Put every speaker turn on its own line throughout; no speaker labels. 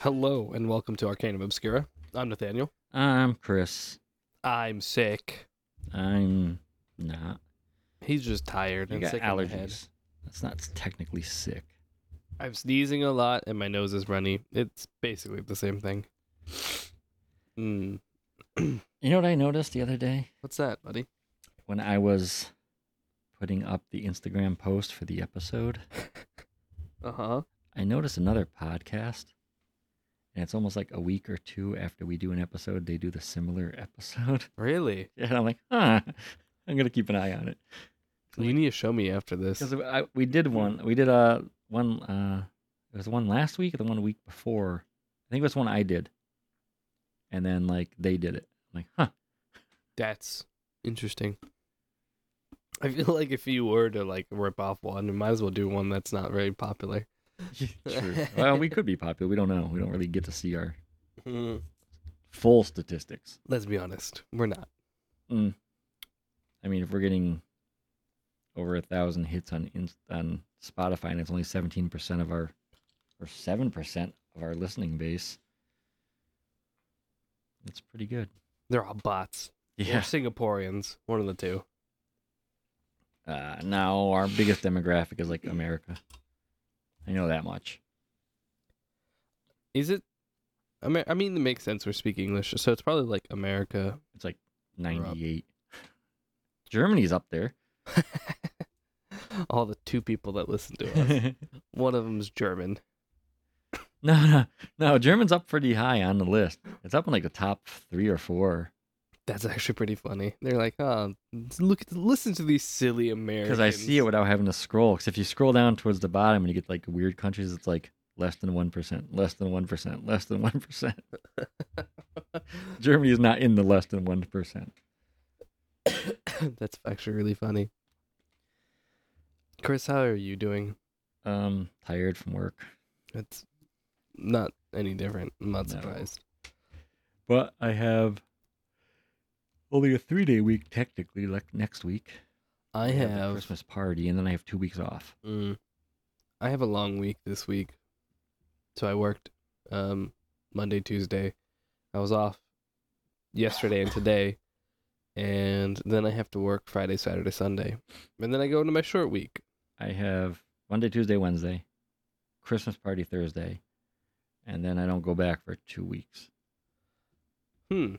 Hello and welcome to Arcanum Obscura. I'm Nathaniel.
I'm Um, Chris.
I'm sick.
I'm not.
He's just tired
I
and
got
sick in the head.
allergies. That's not technically sick.
I'm sneezing a lot and my nose is runny. It's basically the same thing. Mm.
You know what I noticed the other day
What's that, buddy?
when I was putting up the Instagram post for the episode?
Uh huh.
I noticed another podcast, and it's almost like a week or two after we do an episode, they do the similar episode.
Really?
And I'm like, huh, I'm gonna keep an eye on it
You need to show me after this.
because we did one. We did uh one. Uh, it was one last week or the one week before. I think it was one I did, and then like they did it. I'm like, huh.
That's interesting. I feel like if you were to like rip off one, you might as well do one that's not very popular.
True. well, we could be popular. We don't know. We don't really get to see our
Mm.
full statistics.
Let's be honest. We're not.
I mean, if we're getting over a thousand hits on Inst- on Spotify and it's only seventeen percent of our or seven percent of our listening base, that's pretty good.
They're all bots. Or Singaporeans. One of the two.
Uh, now our biggest demographic is like America. I know that much.
Is it? I mean, I mean, it makes sense. We speak English, so it's probably like America.
It's like
up.
ninety-eight. Germany's up there.
All the two people that listen to us. One of them's German.
No, no, no. German's up pretty high on the list. It's up in like the top three or four.
That's actually pretty funny. They're like, oh, look, listen to these silly Americans.
Because I see it without having to scroll. Because if you scroll down towards the bottom and you get like weird countries, it's like less than one percent, less than one percent, less than one percent. Germany is not in the less than one percent.
That's actually really funny. Chris, how are you doing?
Um, tired from work,
It's not any different. I'm not
No.
surprised.
but I have only a three-day week technically. Like next week,
I
the
have,
Christmas party, and then I have two weeks off.
mm, I have a long week this week, so I worked um, Monday, Tuesday. I was off yesterday and today, and then I have to work Friday, Saturday, Sunday, and then I go into my short week.
I have Monday, Tuesday, Wednesday, Christmas party Thursday, and then I don't go back for two weeks.
Hmm.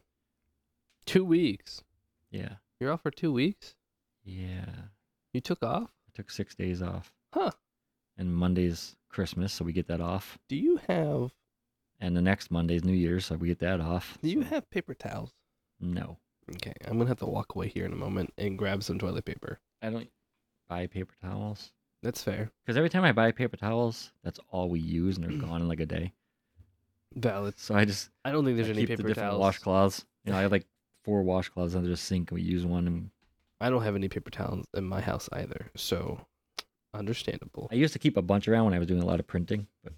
Two weeks.
Yeah.
You're off for two weeks.
Yeah.
You took off.
I took six days off.
Huh.
And Monday's Christmas, so we get that off.
Do you have
And the next Monday's New Year's, so we get that off.
Do you
So,
have paper towels?
No.
Okay, I'm gonna have to walk away here in a moment and grab some toilet paper.
I don't buy paper towels.
That's fair.
Because every time I buy paper towels, that's all we use
Mm.
and they're gone in like a day.
Valid.
So I just
I don't think there's
I
any
keep the
paper
different
towels.
washcloths. You know, I have like four washcloths under the sink and we use one and
I don't have any paper towels in my house either, so understandable.
I used to keep a bunch around when I was doing a lot of printing, but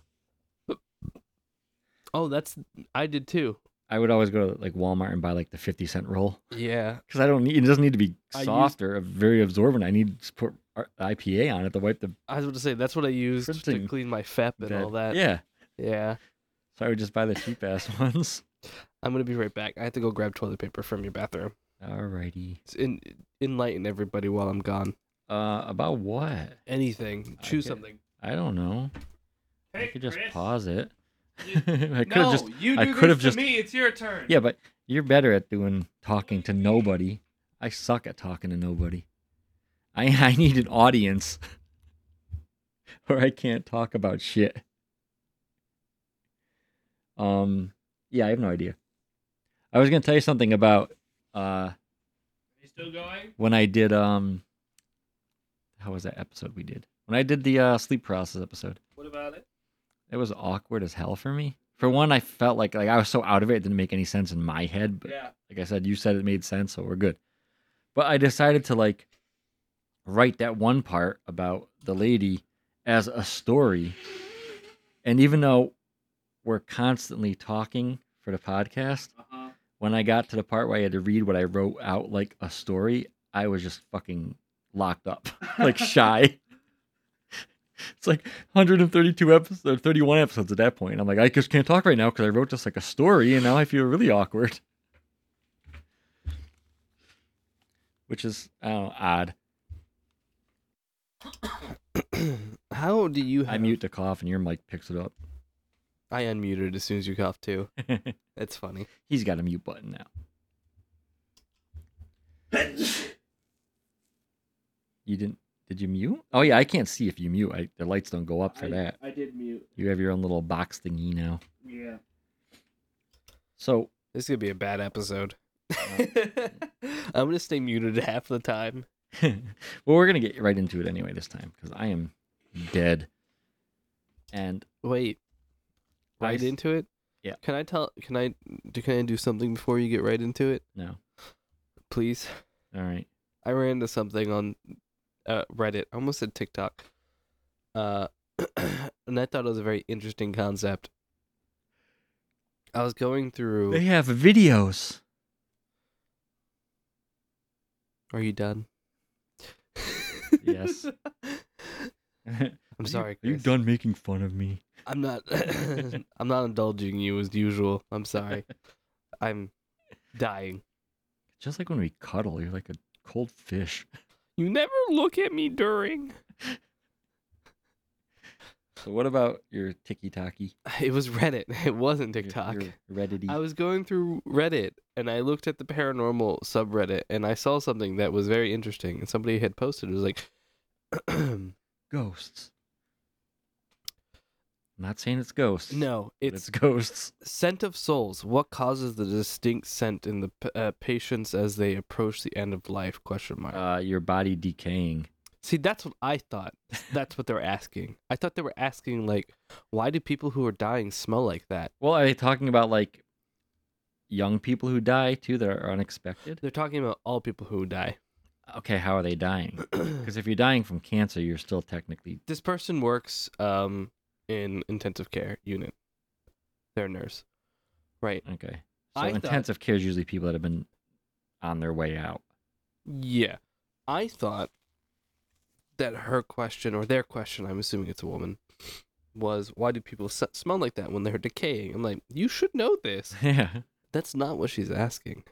Oh, that's I did too.
I would always go to like Walmart and buy like the fifty cent roll
Yeah,
because I don't need. It doesn't need to be
I used-
soft or very absorbent. I need to put R- IPA on it to wipe the
I was going to say that's what I used to
Printing
clean my FEP and
bed.
all that.
Yeah,
yeah.
so I would just buy the cheap ass ones.
I'm gonna be right back. I have to go grab toilet paper from your bathroom.
Alrighty.
S- En- enlighten everybody while I'm gone.
Uh, about what?
Anything.
I
Choose
get-
something.
I don't know. I could just pause it.
You-
I could
no,
have just.
you do
I
this
could've
to
just-
me. It's your turn.
Yeah, but you're better at doing talking to nobody. I suck at talking to nobody. I I need an audience, or I can't talk about shit. Um, yeah, I have no idea. I was gonna tell you something about uh
You still going?
when I did um, how was that episode we did when I did the uh, sleep paralysis episode.
What about it?
It was awkward as hell for me. For one, I felt like like I was so out of it, it didn't make any sense in my head. But
yeah.
like I said, you said it made sense, so we're good. But I decided to like write that one part about the lady as a story. And even though we're constantly talking for the podcast,
Uh-huh.
when I got to the part where I had to read what I wrote out like a story, I was just fucking locked up, like shy. It's like 132 episodes, 31 episodes at that point. And I'm like, I just can't talk right now because I wrote this like a story, and now I feel really awkward. Which is, I don't know, odd.
How do you?
I
have-
mute the cough, and your mic picks it up.
I unmuted as soon as you coughed too. That's funny.
He's got a mute button now. You didn't? Did you mute? Oh yeah, I can't see if you mute. I, the lights don't go up for
I,
that.
I did mute.
You have your own little box thingy now.
Yeah.
So
This is gonna be a bad episode. I'm gonna stay muted half the time.
well, we're gonna get right into it anyway this time because I am dead. And
Wait,
I
right
s-
into it.
Yeah.
Can I tell? Can I? Do can I do something before you get right into it,
no,
please?
all right,
I ran into something on uh, Reddit. I almost said TikTok. Uh, and I thought it was a very interesting concept. I was going through.
they have videos.
Are you done?
Yes.
I'm sorry.
Are you
Chris.
done making fun of me?
I'm not. I'm not indulging you as usual. I'm sorry. I'm dying.
Just like when we cuddle, you're like a cold fish.
You never look at me during.
So what about your ticky tacky?
It was Reddit. It wasn't TikTok.
Reddit.
I was going through Reddit and I looked at the paranormal subreddit and I saw something that was very interesting. And somebody had posted it was like,
ghosts. I'm not saying it's ghosts.
"No,
but
it's
it's ghosts.
scent of souls. What causes the distinct scent in the p- uh, patients as they approach the end of life?" Question mark.
Uh, your body decaying.
See, that's what I thought. That's what they were asking. I thought they were asking like, why do people who are dying smell like that?
Well, are they talking about like young people who die too that are unexpected?
They're talking about all people who die.
Okay, how are they dying? Because if you're dying from cancer, you're still technically
this person works um in intensive care unit. They're a nurse. Right.
okay. So
I thought-
intensive care is usually people that have been on their way out.
Yeah. I thought that her question or their question, I'm assuming it's a woman, was why do people s- smell like that when they're decaying? I'm like, you should know this.
yeah.
That's not what she's asking.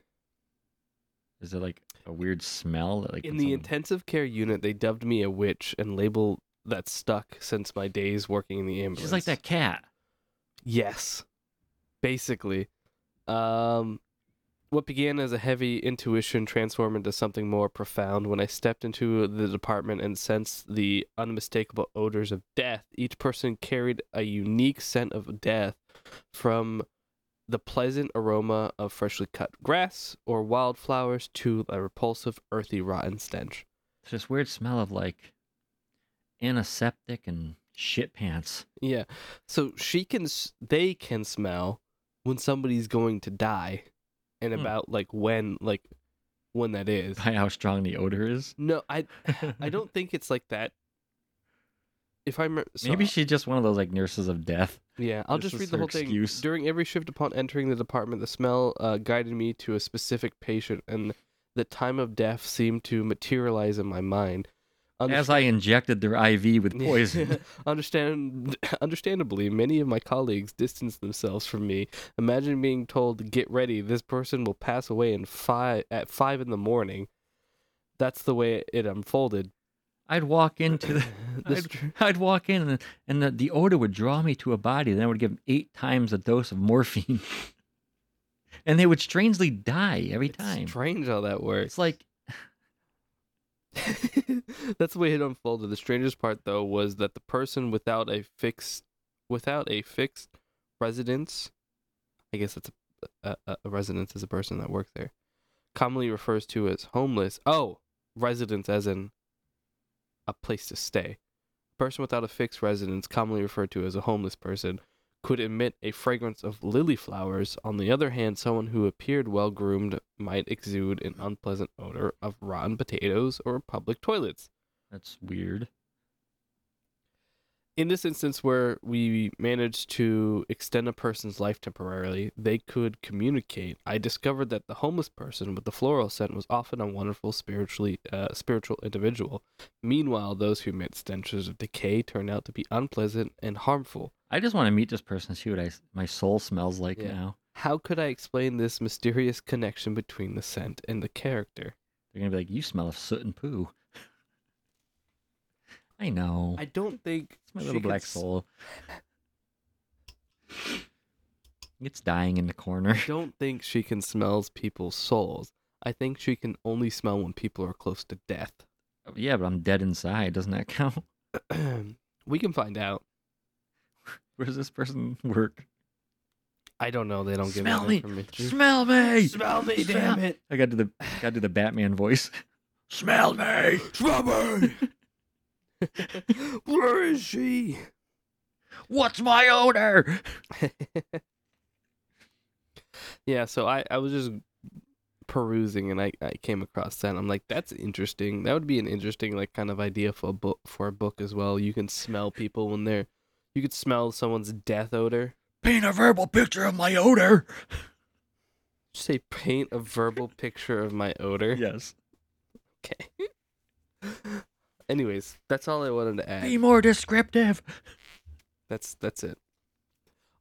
Is it like a weird smell? That, like
In
when
the
someone-
intensive care unit, they dubbed me a witch and label that stuck since my days working in the ambulance.
She's like that cat.
Yes. Basically. Um what began as a heavy intuition transformed into something more profound when I stepped into the department and sensed the unmistakable odors of death. Each person carried a unique scent of death from the pleasant aroma of freshly cut grass or wildflowers to a repulsive, earthy, rotten stench.
It's this weird smell of like antiseptic and shit pants.
Yeah. So she can, s- they can smell when somebody's going to die, and
Hmm.
about like when, like when that is.
By how strong the odor is.
No, I, I don't think it's like that. If I'm re- so
Maybe she's just one of those like nurses of death.
Yeah, I'll
This
just
is
read the
her
whole thing.
excuse.
During every shift upon entering the department, the smell uh, guided me to a specific patient, and the time of death seemed to materialize in my mind.
As I injected their IV with
Yeah.
poison.
Understand, understandably, many of my colleagues distanced themselves from me. Imagine being told, "Get ready, this person will pass away in five at five in the morning." That's the way it unfolded.
I'd walk into the
This
I'd,
tr-
I'd walk in and, and the, the odor would draw me to a body. Then I would give them eight times a dose of morphine. and they would strangely die every
it's
time.
strange how that works.
It's like,
That's the way it unfolded. The strangest part, though, was that the person without a fixed, without a fixed residence, I guess that's a, a, a residence is a person that works there, commonly refers to as homeless. Oh, residence as in a place to stay. Person without a fixed residence, commonly referred to as a homeless person, could emit a fragrance of lily flowers. On the other hand, someone who appeared well groomed might exude an unpleasant odor of rotten potatoes or public toilets.
that's weird.
in this instance where we managed to extend a person's life temporarily, they could communicate. I discovered that the homeless person with the floral scent was often a wonderful spiritually uh, spiritual individual. Meanwhile, those who emit stenches of decay turned out to be unpleasant and harmful.
I just want to meet this person and see what I s- my soul smells like
Yeah.
now.
How could I explain this mysterious connection between the scent and the character?
They're gonna be like, "You smell of soot and poo." I know.
I don't think
it's my
she
little black
could s-
soul. it's dying in the corner.
I don't think she can smell people's souls. I think she can only smell when people are close to death.
yeah, but I'm dead inside. Doesn't that count?
we can find out.
Where does this person work?
I don't know. They don't give
Smell
that
me.
information.
Smell me!
Smell me,
Smell-
damn it!
I got to the got to do the Batman voice. Smell me!
Smell me! Where is she?
What's my odor?
yeah, so I, I was just perusing and I, I came across that. and I'm like, that's interesting. That would be an interesting like kind of idea for a book for a book as well. You can smell people when they're you could smell someone's death odor.
Paint a verbal picture of my odor.
Did you say paint a verbal picture of my odor.
Yes.
Okay. Anyways, that's all I wanted to add.
Be more descriptive.
That's that's it.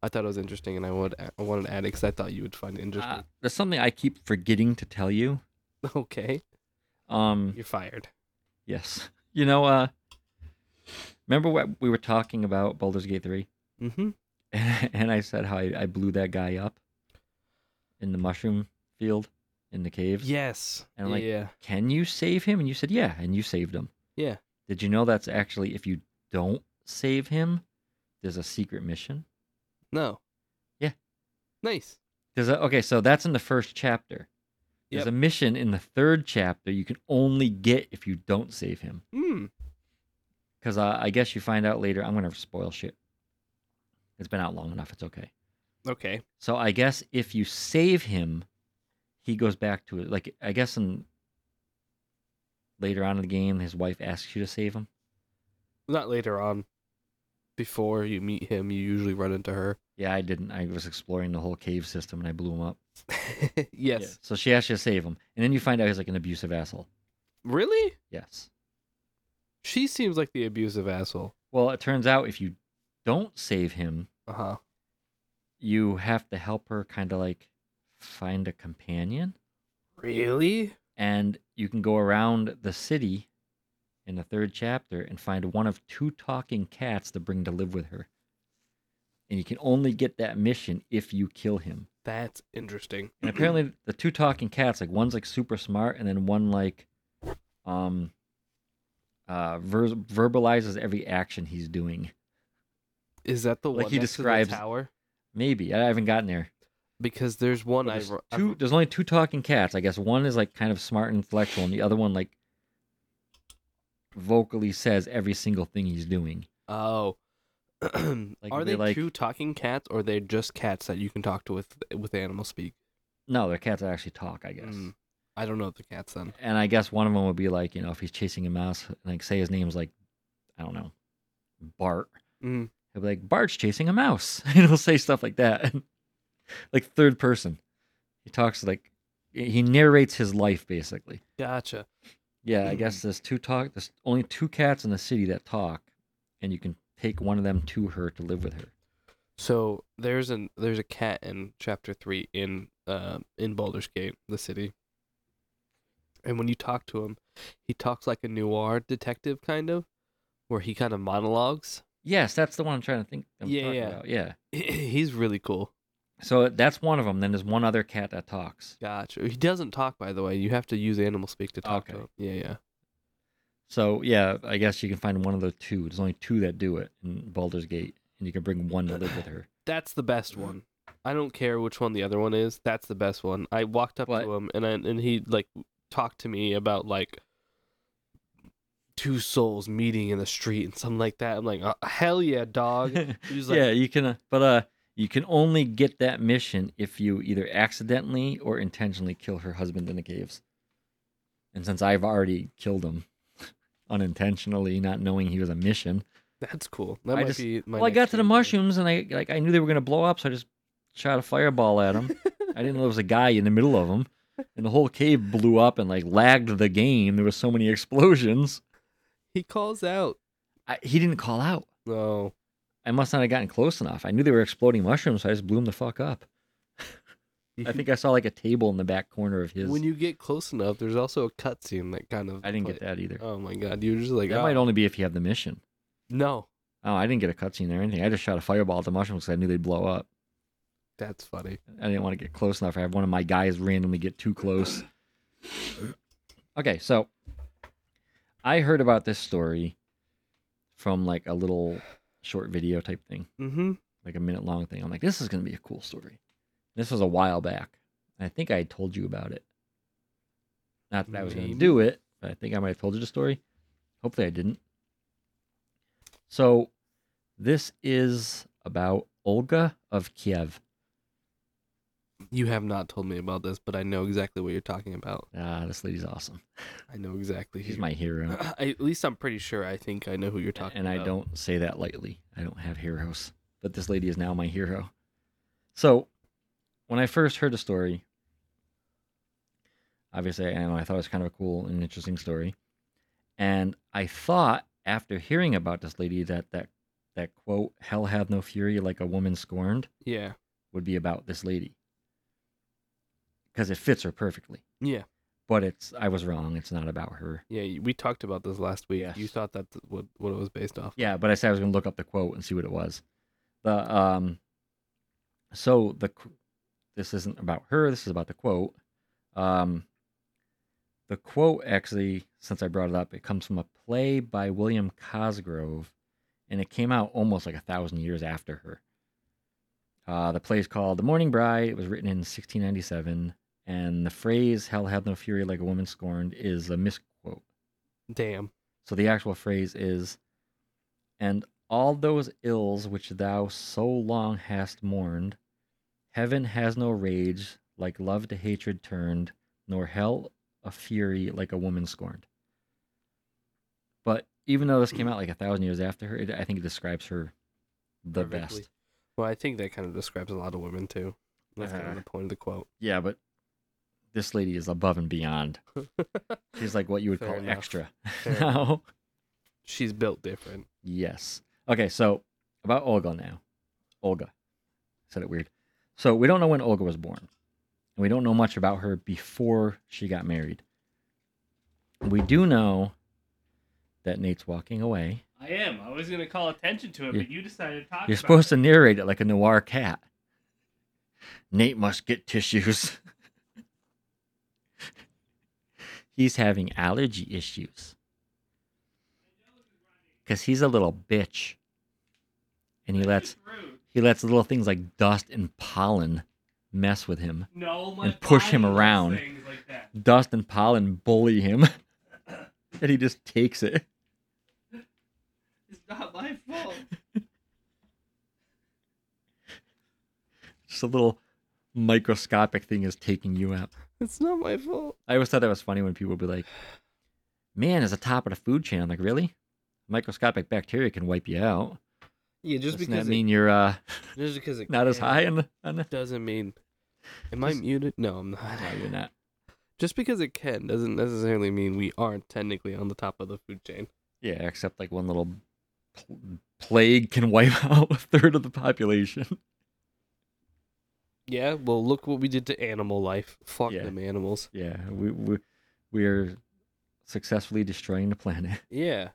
I thought it was interesting, and I would I wanted to add it because I thought you would find it interesting.
Uh, there's something I keep forgetting to tell you.
okay,
Um,
you're fired.
yes. You know, uh, remember what we were talking about Baldur's Gate 3?
Mm-hmm.
And, I said how I, I blew that guy up in the mushroom field in the cave.
Yes.
And, like,
yeah.
Can you save him? And you said, yeah. And you saved him.
Yeah.
Did you know that's actually, if you don't save him, there's a secret mission?
No.
Yeah.
Nice.
There's a, okay, so that's in the first chapter. There's
Yep.
a mission in the third chapter you can only get if you don't save him.
Hmm.
Because uh, I guess you find out later. I'm going to spoil shit. It's been out long enough. It's okay.
Okay.
So I guess if you save him, he goes back to it. Like, I guess in later on in the game, his wife asks you to save him.
Not later on. Before you meet him, you usually run into her.
Yeah, I didn't. I was exploring the whole cave system and I blew him up.
yes.
Yeah, So she asks you to save him. And then you find out he's like an abusive asshole.
Really?
Yes.
She seems like the abusive asshole.
Well, it turns out if you don't save him,
Uh huh.
you have to help her kind of like find a companion.
Really?
and you can go around the city in the third chapter and find one of two talking cats to bring to live with her. And you can only get that mission if you kill him.
That's interesting.
And apparently the two talking cats, like one's like super smart and then one like um uh ver- verbalizes every action he's doing.
Is that the
Like
one
he
next to the
describes-
tower?
Maybe. I haven't gotten there.
Because there's one I
There's
ru- I
two. There's only two talking cats. I guess one is like kind of smart and intellectual, and the other one like vocally says every single thing he's doing.
Oh. are
they
they
like-
true talking cats or they are just cats that you can talk to with with animal speak?
No, the cats that actually talk. I guess.
Mm. I don't know the cats then.
And I guess one of them would be like, you know, if he's chasing a mouse, like say his name's like, I don't know, Bart.
Mm.
He'll be like, Bart's chasing a mouse, and he'll say stuff like that, like third person. He talks like he narrates his life basically.
Gotcha.
Yeah, I guess there's two talk. There's only two cats in the city that talk, and you can take one of them to her to live with her.
So there's an there's a cat in chapter three in uh in Baldur's Gate, the city. And when you talk to him, he talks like a noir detective kind of, where he kind of monologues.
Yes, that's the one I'm trying to think. I'm
Yeah,
talking
yeah.
about. yeah.
He's really cool.
So that's one of them. Then there's one other cat that talks.
Gotcha. He doesn't talk, by the way. You have to use animal speak to talk to
Okay.
him. Yeah, yeah.
So yeah, I guess you can find one of the two. There's only two that do it in Baldur's Gate, and you can bring one to live with her.
That's the best
Mm-hmm.
one. I don't care which one the other one is. That's the best one. I walked up
What?
to him and I, and he like talked to me about like two souls meeting in the street and something like that. I'm like, uh hell yeah, dog. He was like,
yeah, you can. Uh, but uh, you can only get that mission if you either accidentally or intentionally kill her husband in the caves. And since I've already killed him unintentionally, not knowing he was a mission,
That's cool. That
I
might
just-
be my
well, I
next
got to the
thing.
mushrooms and I like I knew they were gonna blow up, so I just shot a fireball at them. I didn't know there was a guy in the middle of them, and the whole cave blew up and like lagged the game. There were so many explosions.
He calls out.
I, he didn't call out.
No.
I must not have gotten close enough. I knew they were exploding mushrooms, so I just blew them the fuck up. I think I saw like a table in the back corner of his.
When you get close enough, there's also a cutscene that kind of.
I didn't get that either.
Oh my god! You're just like
that
"Ah,
might only be if you have the mission.
no.
Oh, I didn't get a cutscene or anything. I just shot a fireball at the mushrooms because I knew they'd blow up.
That's funny.
I didn't want to get close enough. I have one of my guys randomly get too close. Okay, so I heard about this story from like a little short video type thing,
Mm-hmm.
like a minute long thing. I'm like, this is going to be a cool story. This was a while back. I think I had told you about it. Not that I was going to
Maybe.
do it, but I think I might have told you the story. Hopefully I didn't. So this is about Olga of Kiev.
You have not told me about this, but I know exactly what you're talking about.
Ah, this lady's awesome.
I know exactly.
She's
who-
my hero.
I- at least I'm pretty sure. I think I know who you're talking
and
about.
I don't say that lightly. I don't have heroes, but this lady is now my hero. So, when I first heard the story, obviously, I, know, I thought it was kind of a cool and interesting story. And I thought after hearing about this lady that that that quote "Hell hath no fury like a woman scorned"
Yeah.
would be about this lady because it fits her perfectly.
Yeah.
But it's I was wrong. It's not about her.
Yeah. y- We talked about this last week.
Yes.
You thought that's what what it was based off.
Yeah, but I said I was going to look up the quote and see what it was. The um, so the qu- this isn't about her. This is about the quote. Um, the quote actually, since I brought it up, it comes from a play by William Cosgrove, and it came out almost like a thousand years after her. Uh, the play is called *The Morning Bride*. It was written in 1697, and the phrase "Hell hath no fury like a woman scorned" is a misquote.
Damn.
So the actual phrase is, and all those ills which thou so long hast mourned, heaven has no rage like love to hatred turned, nor hell a fury like a woman scorned. But even though this came out like a thousand years after her, it, I think it describes her the
Perfectly.
best.
Well, I think that kind of describes a lot of women too. That's kind
Uh-huh.
of the point of the quote.
Yeah, but this lady is above and beyond. She's like what you would
Fair
call
enough.
extra.
Fair enough.
now.
She's built different.
Yes. Okay, so about Olga now. Olga. Said it weird. So we don't know when Olga was born. And we don't know much about her before she got married. We do know that Nate's walking away.
I am. I was gonna call attention to it,
You-
but you decided to talk.
You're
about
supposed to
it.
narrate it like a noir cat. Nate must get tissues. he's having allergy issues. Because he's a little bitch. And he lets
Rude.
He lets little things like dust and pollen mess with him.
No, oh my
And push him
body does
around.
Things like that.
Dust and pollen bully him. and he just takes it.
It's not my fault.
Just a little microscopic thing is taking you out.
It's not my fault.
I always thought that was funny when people would be like, man, is the top of the food chain. I'm like, really? Microscopic bacteria can wipe you out.
Yeah, just
Doesn't
because
that
it,
mean you're uh,
just because it
not as
can
high on the. On the...
doesn't mean. Am I
Just-
muted? No, I'm not.
No, you're not.
Just because it can doesn't necessarily mean we aren't technically on the top of the food chain.
Yeah, except like one little pl- plague can wipe out a third of the population.
Yeah, well, look what we did to animal life. Fuck
Yeah.
them animals.
Yeah, we we we're successfully destroying the planet.
Yeah.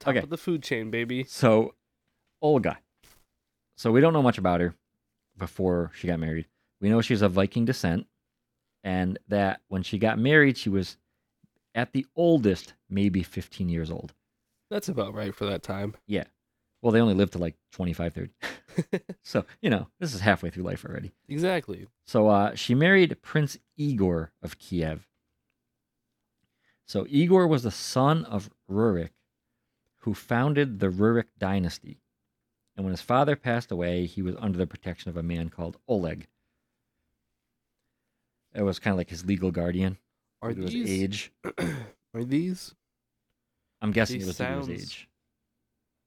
Top
Okay.
of the food chain, baby.
So, Olga. So we don't know much about her before she got married. We know she's of Viking descent, and that when she got married, she was at the oldest, maybe 15 years old.
That's about right for that time.
Well, they only lived to like 25, 30. so, you know, this is halfway through life already.
Exactly.
So uh, she married Prince Igor of Kiev. So Igor was the son of Rurik, who founded the Rurik dynasty. And when his father passed away, he was under the protection of a man called Oleg. It was kind of like his legal guardian
Are
due to his
these
age.
are these
I'm guessing it
these
was due to his
sounds-
age.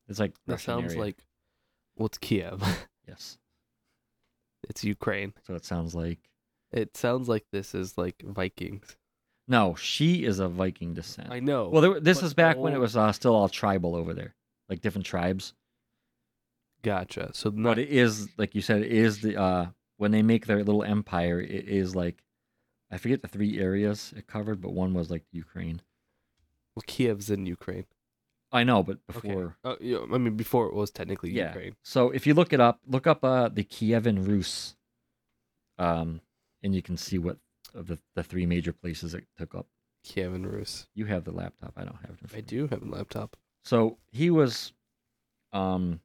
It's like
That
Russian
sounds
area.
like well, it's Kiev.
yes.
it's Ukraine.
So it sounds like
It sounds like this is like Vikings.
no. She is of Viking descent.
I know.
well, there, were- this
but
is back when it
all-
was uh, still all tribal over there, like different tribes.
gotcha. So not
But it is like you said. It is the uh, when they make their little empire. It is like I forget the three areas it covered, but one was like Ukraine.
well, Kiev's in Ukraine.
I know, but
Okay.
before
Uh, yeah, I mean, before it was technically
Yeah.
Ukraine.
So if you look it up, look up uh, the Kievan Rus, um, and you can see what of the, the three major places it took up.
Kiev and Rus.
You have the laptop. I don't have it. in front
I
of me.
do have a laptop.
So he was, um,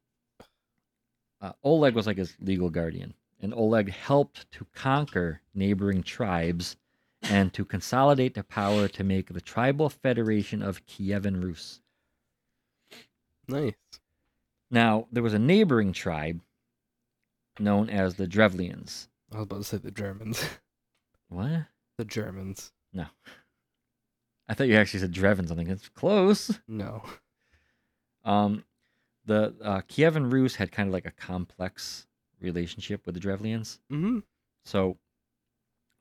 uh, Oleg was like his legal guardian, and Oleg helped to conquer neighboring tribes and to consolidate the power to make the tribal federation of Kievan Rus.
Nice.
Now there was a neighboring tribe known as the Drevlians.
I was about to say the Germans.
What?
the Germans.
I thought you actually said Drevin something. It's close.
No.
Um, the uh, Kievan Rus had kind of like a complex relationship with the Drevlians.
Mm-hmm.
So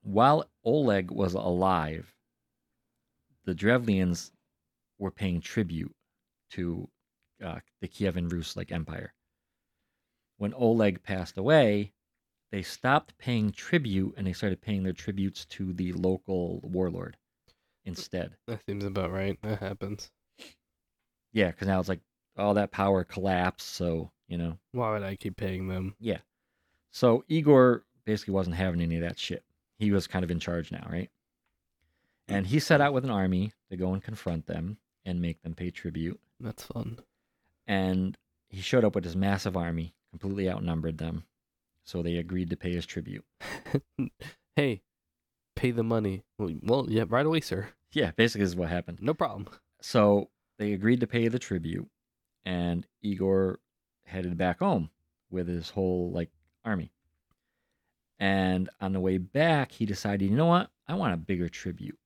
while Oleg was alive, the Drevlians were paying tribute to uh, the Kievan Rus like empire. When Oleg passed away, they stopped paying tribute and they started paying their tributes to the local warlord instead.
That seems about right. That happens.
Yeah, because now it's like all that power collapsed. So you know,
Why would I keep paying them?
so Igor basically wasn't having any of that shit. He was kind of in charge now, right? And he set out with an army to go and confront them and make them pay tribute.
That's fun.
And he showed up with his massive army, completely outnumbered them. So they agreed to pay his tribute.
hey, pay the money. Well, well, yeah, right away, sir.
Yeah, basically this is what happened.
No problem.
So they agreed to pay the tribute, and Igor headed back home with his whole like army. And on the way back, he decided, you know what? I want a bigger tribute.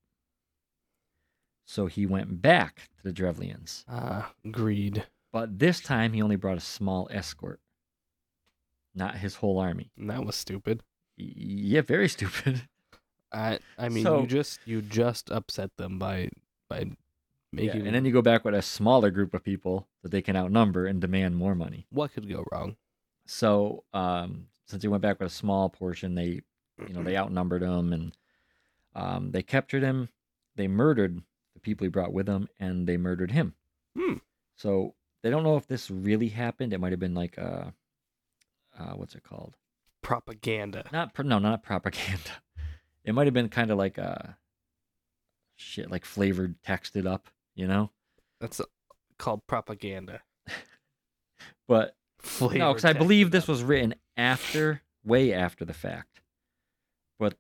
So he went back to the Drevlians,
Ah, greed.
but this time he only brought a small escort, not his whole army.
And That was stupid.
Y- Yeah, very stupid.
I I mean,
So-
you just you just upset them by by
Yeah,
making.
And then you go back with a smaller group of people that they can outnumber and demand more money.
what could go wrong?
so um, since he went back with a small portion, they you know they outnumbered him and um, they captured him. They murdered the people he brought with him, and they murdered him.
Hmm.
So they don't know if this really happened. It might have been like uh, uh, what's it called?
Propaganda.
Not pro- no, not propaganda. It might have been kind of like uh, shit, like flavored, texted up, you know.
That's called propaganda.
But
Flavor
No, because I
text
believe this
up.
was written after, way after the fact. But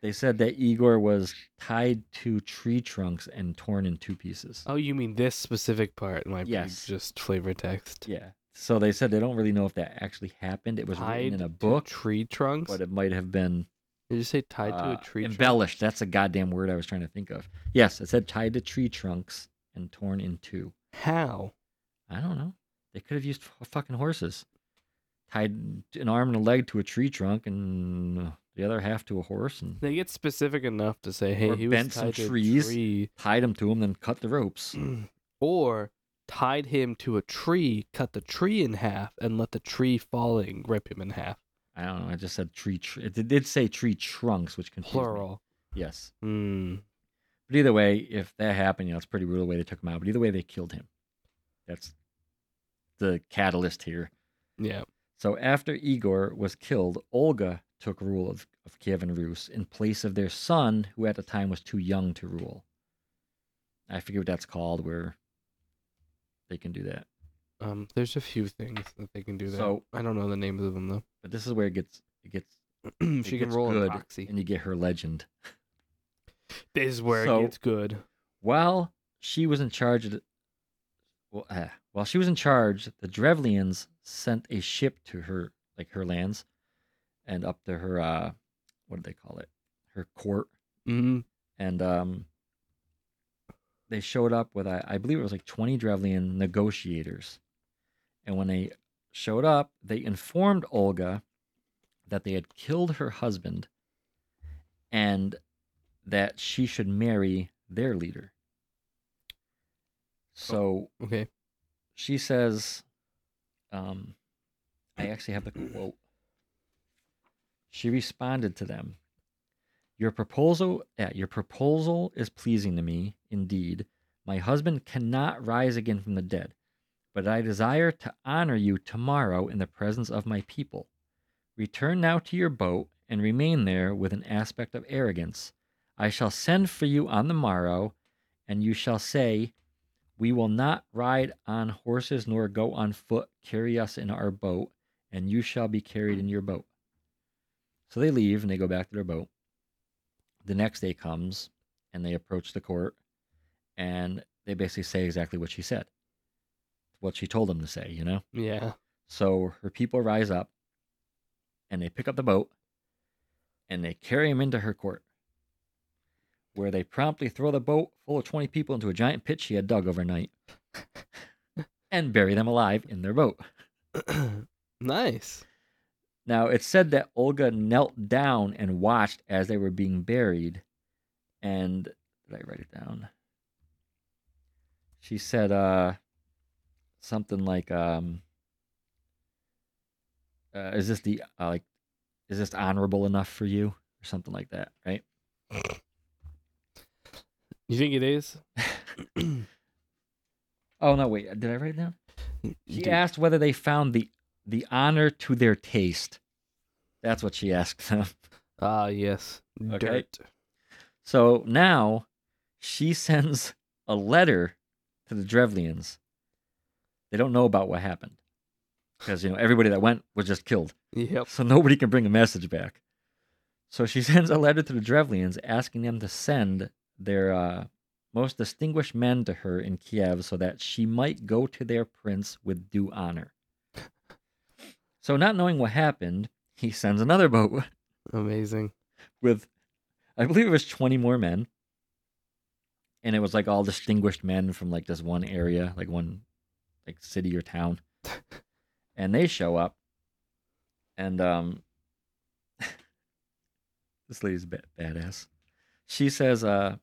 they said that Igor was tied to tree trunks and torn in two pieces.
Oh, you mean this specific part might
Yes.
be just flavor text?
Yeah. So they said they don't really know if that actually happened. It was written
Tied
in
to
a book,
tree trunks.
but it might have been
Did you say tied to
uh,
a tree? trunk?
embellished. That's a goddamn word I was trying to think of. Yes, it said tied to tree trunks and torn in two.
How?
I don't know. They could have used f- fucking horses. Tied an arm and a leg to a tree trunk and the other half to a horse and
They get specific enough to say, "Hey,
Or
he
bent
was
some
tied to a
trees.
tree."
tied him to him, then cut the ropes.
or tied him to a tree, cut the tree in half, and let the tree falling rip him in half.
I don't know. I just said tree. Tr- it did say tree trunks, which confused me.
Plural.
Yes,
Hmm.
but either way, if that happened, you know, it's a pretty brutal way they took him out. But either way, they killed him. That's the catalyst here.
Yeah.
So after Igor was killed, Olga took rule of, of Kievan Rus in place of their son, who at the time was too young to rule. I forget what that's called, where they can do that.
Um. There's a few things that they can do there.
So-
I don't know the names of them though.
But this is where it gets it gets it
she can
gets
roll
good,
a proxy.
and you get her legend.
This is where
So-
it gets good.
While she was in charge, of the, well, uh, while she was in charge, the Drevlians sent a ship to her, like her lands, and up to her, uh, what do they call it? Her court,
Mm-hmm.
and um, they showed up with, I, I believe it was like twenty Drevlian negotiators, And when they showed up, they informed Olga that they had killed her husband and that she should marry their leader. So
Okay.
she says, um, I actually have the quote. She responded to them. Your proposal, yeah, your proposal is pleasing to me, indeed. My husband cannot rise again from the dead, but I desire to honor you tomorrow in the presence of my people. Return now to your boat and remain there with an aspect of arrogance. I shall send for you on the morrow, and you shall say, we will not ride on horses nor go on foot. Carry us in our boat, and you shall be carried in your boat. So they leave and they go back to their boat. The next day comes and they approach the court and they basically say exactly what she said, what she told them to say, you know?
Yeah.
So her people rise up and they pick up the boat and they carry him into her court, where they promptly throw the boat full of 20 people into a giant pit she had dug overnight and bury them alive in their boat.
nice.
Now, it's said that Olga knelt down and watched as they were being buried. And did I write it down? She said uh, something like, um, uh, "Is this the uh, like, is this honorable enough for you?" or something like that, right?
You think it is?
Oh no, wait, did I write it down?
You
She
do-
asked whether they found the the honor to their taste. That's what she asked them.
Ah, yes.
Okay.
Dirt.
So now she sends a letter to the Drevlians. They don't know about what happened because, you know, everybody that went was just killed.
Yep.
So nobody can bring a message back. So she sends a letter to the Drevlians asking them to send their uh, most distinguished men to her in Kiev so that she might go to their prince with due honor. So, not knowing what happened, he sends another boat
Amazing.
with I believe it was 20 more men. And it was like all distinguished men from like this one area, like one like city or town. and they show up and um this lady's ba- badass. She says uh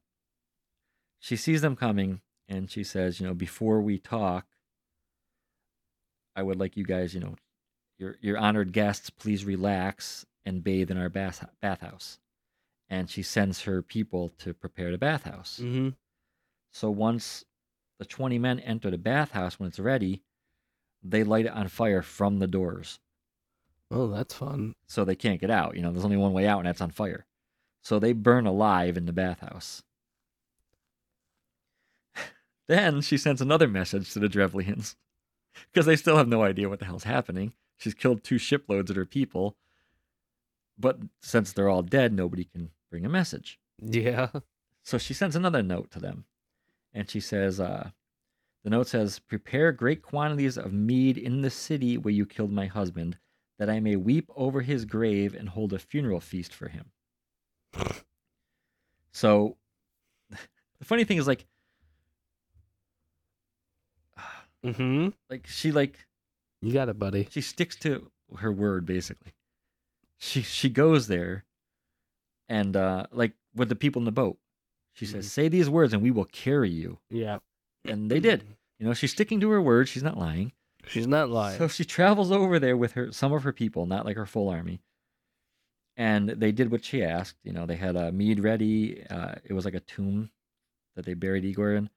she sees them coming and she says, you know, before we talk I would like you guys, you know, your your honored guests, please relax and bathe in our bath bathhouse. And she sends her people to prepare the bathhouse.
Mm-hmm.
So once the 20 men enter the bathhouse when it's ready, they light it on fire from the doors.
Oh, that's fun.
So they can't get out. You know, there's only one way out and that's on fire. So they burn alive in the bathhouse. then she sends another message to the Drevlians because they still have no idea what the hell's happening. She's killed two shiploads of her people. But since they're all dead, nobody can bring a message.
Yeah.
So she sends another note to them. And she says, uh, the note says, Prepare great quantities of mead in the city where you killed my husband, that I may weep over his grave and hold a funeral feast for him. so the funny thing is, like,
Mm-hmm.
like she like
You got it, buddy.
she sticks to her word basically. She she goes there, and uh, like with the people in the boat, she says, "Say these words, and we will carry you."
Yeah.
and they did. You know, she's sticking to her word. She's not lying.
She's not lying.
So she travels over there with her some of her people, not like her full army. And they did what she asked. You know, they had a mead ready. Uh, it was like a tomb that they buried Igor in,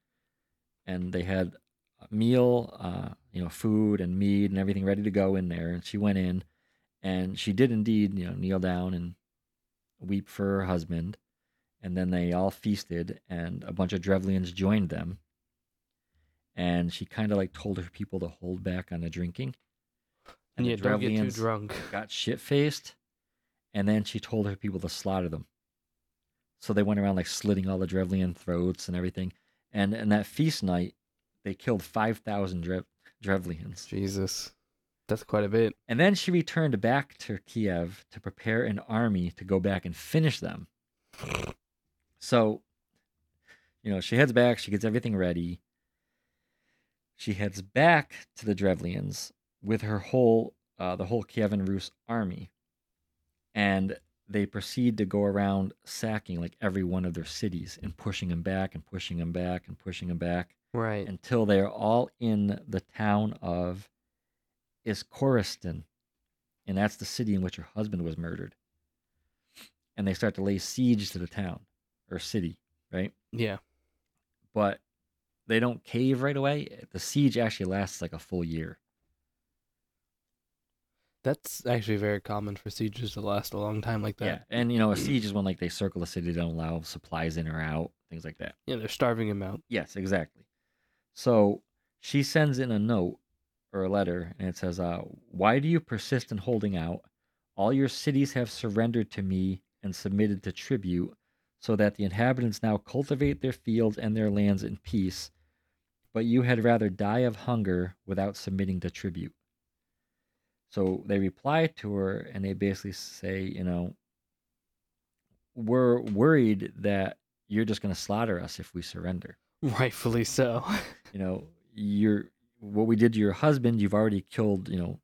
and they had a meal, uh, you know, food and mead and everything ready to go in there. And she went in, and she did indeed, you know, kneel down and weep for her husband. And then they all feasted, and a bunch of Drevlians joined them. And she kind of like told her people to hold back on the drinking. And the
yeah, don't get too
Drevlians-
drunk.
got shit faced, and then she told her people to slaughter them. So they went around like slitting all the Drevlian throats and everything. And and that feast night, they killed five thousand Drev- Drevlians.
Jesus. That's quite a bit.
And then she returned back to Kiev to prepare an army to go back and finish them. So, you know, she heads back, she gets everything ready. She heads back to the Drevlians with her whole uh, the whole Kievan Rus army, and they proceed to go around sacking like every one of their cities and pushing them back and pushing them back and pushing them back
Right.
until they are all in the town of Iskoristan, and that's the city in which her husband was murdered. And they start to lay siege to the town or city, right?
yeah.
but they don't cave right away. The siege actually lasts like a full year.
That's actually very common for sieges to last a long time like that.
And you know, a siege is when like they circle the city, don't allow supplies in or out, things like that.
Yeah, they're starving him out.
Yes, exactly. So she sends in a note or a letter and it says, uh, why do you persist in holding out? All your cities have surrendered to me and submitted to tribute, so that the inhabitants now cultivate their fields and their lands in peace, but you had rather die of hunger without submitting to tribute. So they reply to her and they basically say, you know, we're worried that you're just going to slaughter us if we surrender.
Rightfully so.
You know, you're what we did to your husband, you've already killed, you know,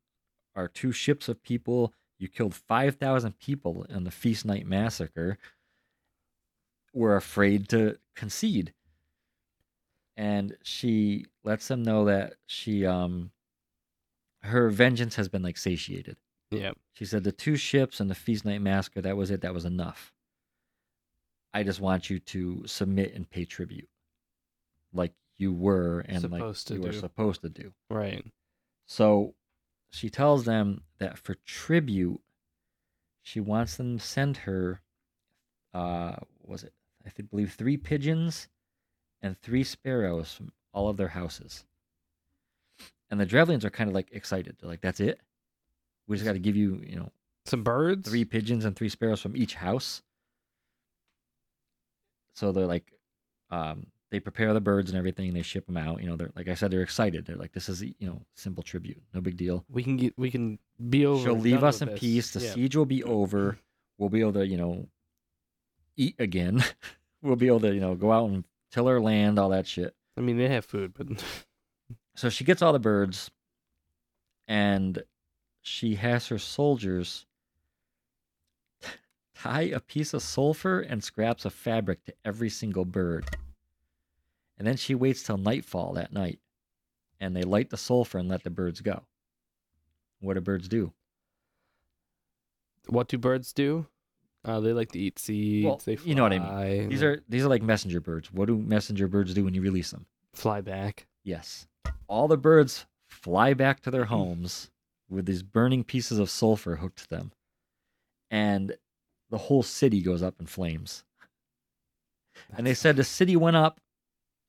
our two ships of people. You killed 5,000 people in the Feast Night Massacre. We're afraid to concede. And she lets them know that she, um, her vengeance has been like satiated.
yeah.
She said, The two ships and the Feast Night Massacre, that was it. That was enough. I just want you to submit and pay tribute like you were and
Supposed to
like you were
do.
supposed to do.
Right.
So she tells them that for tribute, she wants them to send her, uh, what was it, I think, believe, three pigeons and three sparrows from all of their houses. And the Drevlians are kind of like excited. They're like, that's it. We just got to give you, you know,
Some birds?
three pigeons and three sparrows from each house. So they're like, um, they prepare the birds and everything. And they ship them out. You know, they're like I said, they're excited. They're like, this is you know, simple tribute, no big deal.
We can get we can be over.
She'll
and
leave
done
us
with
in
this.
peace. The
yeah.
siege will be over. We'll be able to you know, eat again. we'll be able to you know, go out and till our land, all that shit.
I mean, they have food, but
So she gets all the birds and she has her soldiers tie a piece of sulfur and scraps of fabric to every single bird. And then she waits till nightfall that night and they light the sulfur and let the birds go. What do birds do?
what do birds do? Uh, they like to eat seeds.
Well,
they fly,
you know what I mean.
and
These
they
are these are like messenger birds. What do messenger birds do when you release them?
fly back.
Yes. All the birds fly back to their homes with these burning pieces of sulfur hooked to them. And the whole city goes up in flames. And they
That's-
said the city went up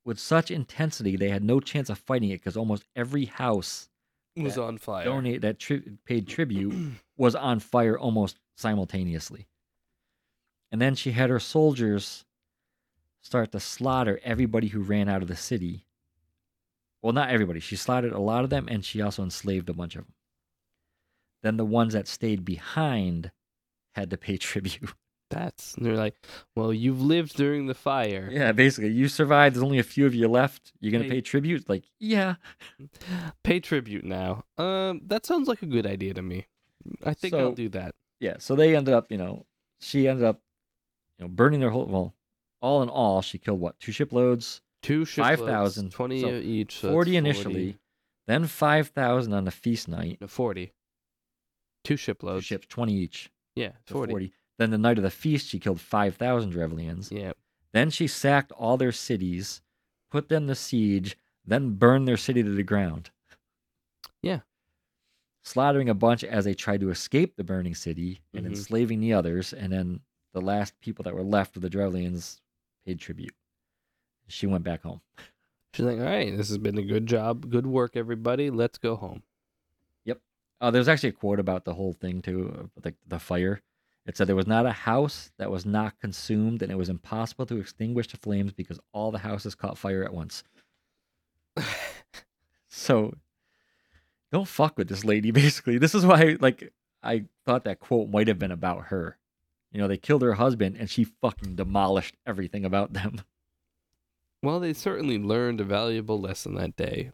with such intensity they had no chance of fighting it because almost every house
it was
that
on fire.
donate that tri- paid tribute was on fire almost simultaneously. And then she had her soldiers start to slaughter everybody who ran out of the city. Well, not everybody. She slaughtered a lot of them, and she also enslaved a bunch of them. Then the ones that stayed behind had to pay tribute.
That's and they're like, well, you've lived during the fire.
yeah, basically, you survived. There's only a few of you left. You're gonna
Hey.
pay tribute? Like, yeah.
Pay tribute now. Um, that sounds like a good idea to me. I think I'll
So-
do that.
yeah, so they ended up, you know, she ended up, you know, burning their whole. Well, all in all, she killed what two shiploads,
Two shiploads,
5,000,
20
so
each. so that's
forty initially, then five thousand on the feast night.
No, 40. Two
Two
shiploads.
ships, twenty each,
Yeah,
so
40.
40. Then the night of the feast, she killed five thousand Drevlians.
Yeah.
Then she sacked all their cities, put them to siege, then burned their city to the ground.
Yeah.
Slaughtering a bunch as they tried to escape the burning city and
Mhm.
enslaving the others. And then the last people that were left of the Drevlians paid tribute. She went back home.
She's like, all right, this has been a good job. Good work, everybody. Let's go home.
Uh, there was actually a quote about the whole thing, too, uh, like the fire. It said there was not a house that was not consumed, and it was impossible to extinguish the flames because all the houses caught fire at once. So don't fuck with this lady, basically. This is why like I thought that quote might have been about her. You know, they killed her husband and she fucking demolished everything about them.
well, they certainly learned a valuable lesson that day.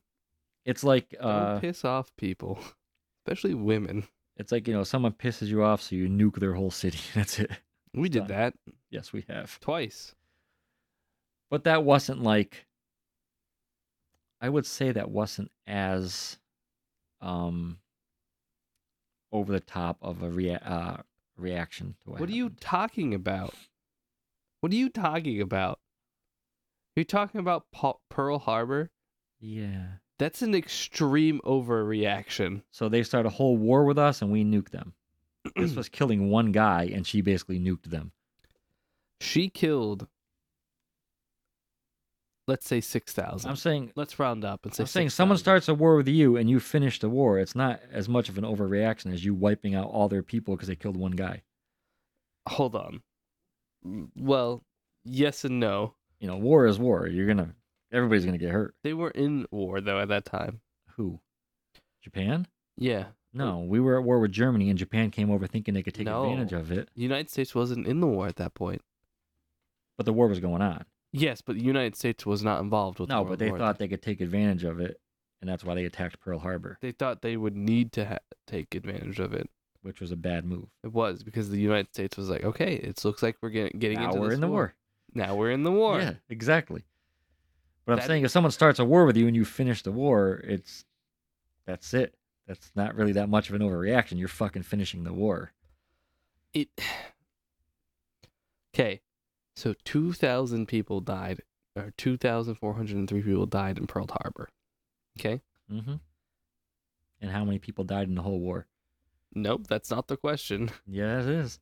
It's like
Don't
uh,
piss off people, especially women.
it's like you know someone pisses you off, so you nuke their whole city. That's it.
We did
done.
that
Yes, we have.
twice.
But that wasn't like. I would say that wasn't as, um. Over the top of a rea- uh, reaction to what.
What are you
happened.
talking about? What are you talking about? You're talking about Pa- Pearl Harbor?
yeah.
That's an extreme overreaction.
So they start a whole war with us, and we nuke them. this was killing one guy, and she basically nuked them.
She killed, let's say,
I'm
6,000.
saying
Let's round up and say
I'm saying someone
6,000.
starts a war with you and you finish the war. It's not as much of an overreaction as you wiping out all their people because they killed one guy.
Hold on. Mm, Well, yes and no.
You know, war is war. You're gonna everybody's gonna get hurt.
They were in war, though, at that time.
Who? Japan?
Yeah.
No, we were at war with Germany and Japan came over thinking they could take
No.
advantage of it,
The United States wasn't in the war at that point.
but the war was going on.
Yes, but the United States was not involved with the
No,
World
but they
War.
thought they could take advantage of it, and that's why they attacked Pearl Harbor,
they thought they would need to ha- take advantage of it.
which was a bad move.
It was because the United States was like, okay, it looks like we're getting getting
now
into
we're
this
in the war.
Now we're in the war.
Yeah, exactly. But
That-
I'm saying if someone starts a war with you and you finish the war, it's that's it. That's not really that much of an overreaction. You're fucking finishing the war.
It. Okay, so two thousand people died, or two thousand four hundred and three people died in Pearl Harbor. Okay,
Mm-hmm. And how many people died in the whole war?
nope, that's not the question.
Yeah, it is.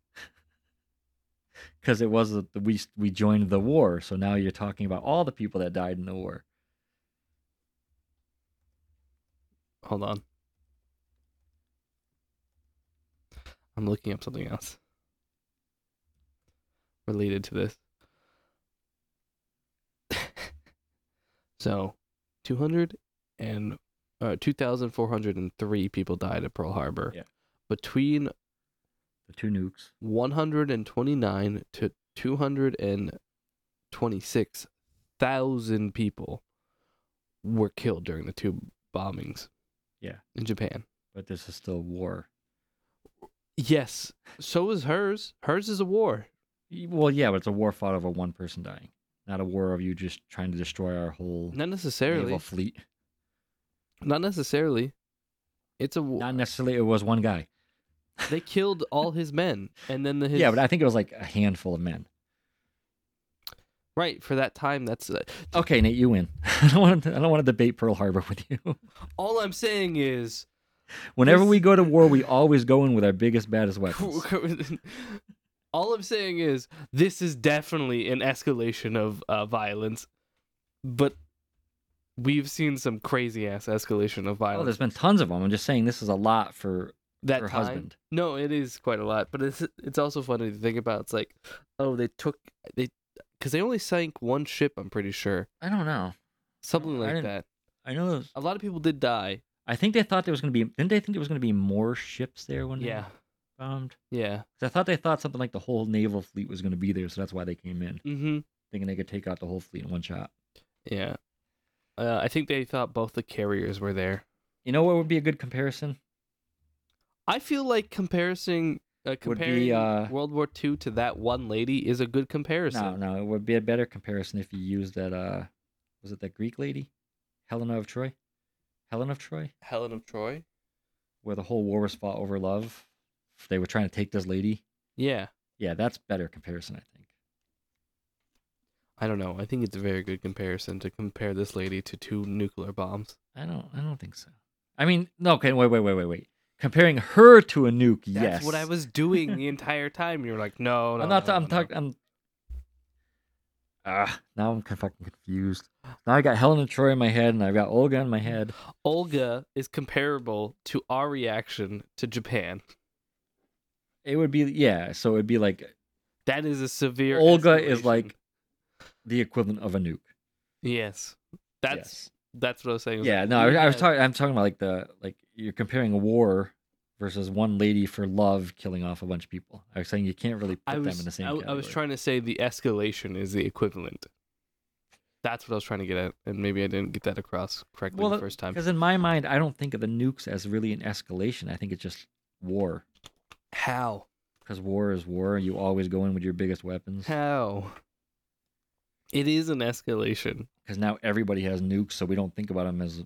Because it was the, we we joined the war, so now you're talking about all the people that died in the war.
Hold on, I'm looking up something else related to this. So, 200 and uh, 2,403 people died at Pearl Harbor.
Yeah.
Between
The two nukes.
129 to 226,000 people were killed during the two bombings.
Yeah.
In Japan.
But this is still war.
Yes. So is hers. Hers is a war.
Y- E, Well, yeah, but it's a war fought over one person dying, not a war of you just trying to destroy our whole
Not necessarily.
naval fleet.
Not necessarily. It's a war.
Not necessarily. It was one guy.
They killed all his men, and then the his,
Yeah, but I think it was like a handful of men.
right for that time. That's uh,
Okay, Nate, you win. I don't want to. I don't want to debate Pearl Harbor with you.
all I'm saying is
Whenever
This-
we go to war, we always go in with our biggest, baddest weapons. Oh,
all I'm saying is this is definitely an escalation of uh, violence, but we've seen some crazy ass escalation of
Oh,
violence
there's been tons of them. I'm just saying this is a lot for
that
her
time.
husband.
No, it is quite a lot, but it's it's also funny to think about. It's like, oh, they took they because they only sank one ship. I'm pretty sure
I don't know.
something
Oh, I
like
didn't-
that.
I know. Those,
A lot of people did die.
I think they thought there was going to be. Didn't they think there was going to be more ships there when
Yeah,
they bombed? 'Cause
yeah.
I thought they thought something like the whole naval fleet was going to be there, so that's why they came in,
Mm-hmm.
thinking they could take out the whole fleet in one shot.
Yeah. Uh, I think they thought both the carriers were there.
You know what would be a good comparison?
I feel like comparison, uh,
Would be,
comparing
uh,
World War II to that one lady is a good comparison.
No, no, it would be a better comparison if you used that. Uh, was it that Greek lady, Helena of Troy? Helen of Troy,
Helen of Troy.
where the whole war was fought over love. They were trying to take this lady.
Yeah,
Yeah, that's better comparison, I think.
I don't know. I think it's a very good comparison to compare this lady to two nuclear bombs.
I don't. I don't think so. I mean, no. Okay, wait, wait, wait, wait, wait. Comparing her to a nuke, yes.
That's what I was doing the entire time. You're like, no, no.
I'm not.
no,
I'm
no, no."
talking. I'm. Ah, now I'm kind of fucking confused. Now I got Helen of Troy in my head, and I've got Olga in my head.
Olga is comparable to our reaction to Japan.
It would be yeah. So it'd be like
That is a severe.
Olga is
escalation.
like the equivalent of a nuke.
Yes, that's
Yes.
that's what I was saying. I was
yeah.
like,
No, I, was- I was
yeah.
talking. I'm talking about like the like you're comparing a war versus one lady for love killing off a bunch of people. I was saying you can't really put
I was,
them in the same.
I, I was
category.
trying to say the escalation is the equivalent. That's what I was trying to get at, and maybe I didn't get that across correctly
Well,
the first time.
Because in my mind, I don't think of the nukes as really an escalation. I think it's just war.
How?
Because war is war. You always go in with your biggest weapons.
How? It is an escalation,
Because now everybody has nukes, so we don't think about them as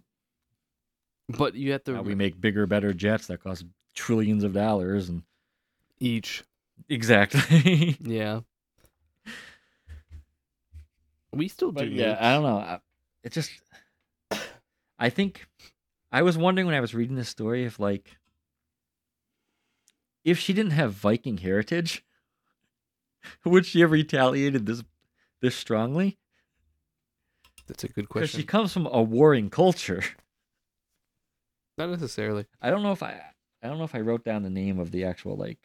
but you have to
how we
re-
make bigger, better jets that cost trillions of dollars. And
each.
exactly.
Yeah. We still do.
But yeah,
nukes.
I don't know. I- It just, I think, I was wondering when I was reading this story if like, if she didn't have Viking heritage, would she have retaliated this this strongly?
That's a good
Because she
question.
comes from a warring culture.
Not necessarily.
I don't know if I, I don't know if I wrote down the name of the actual like,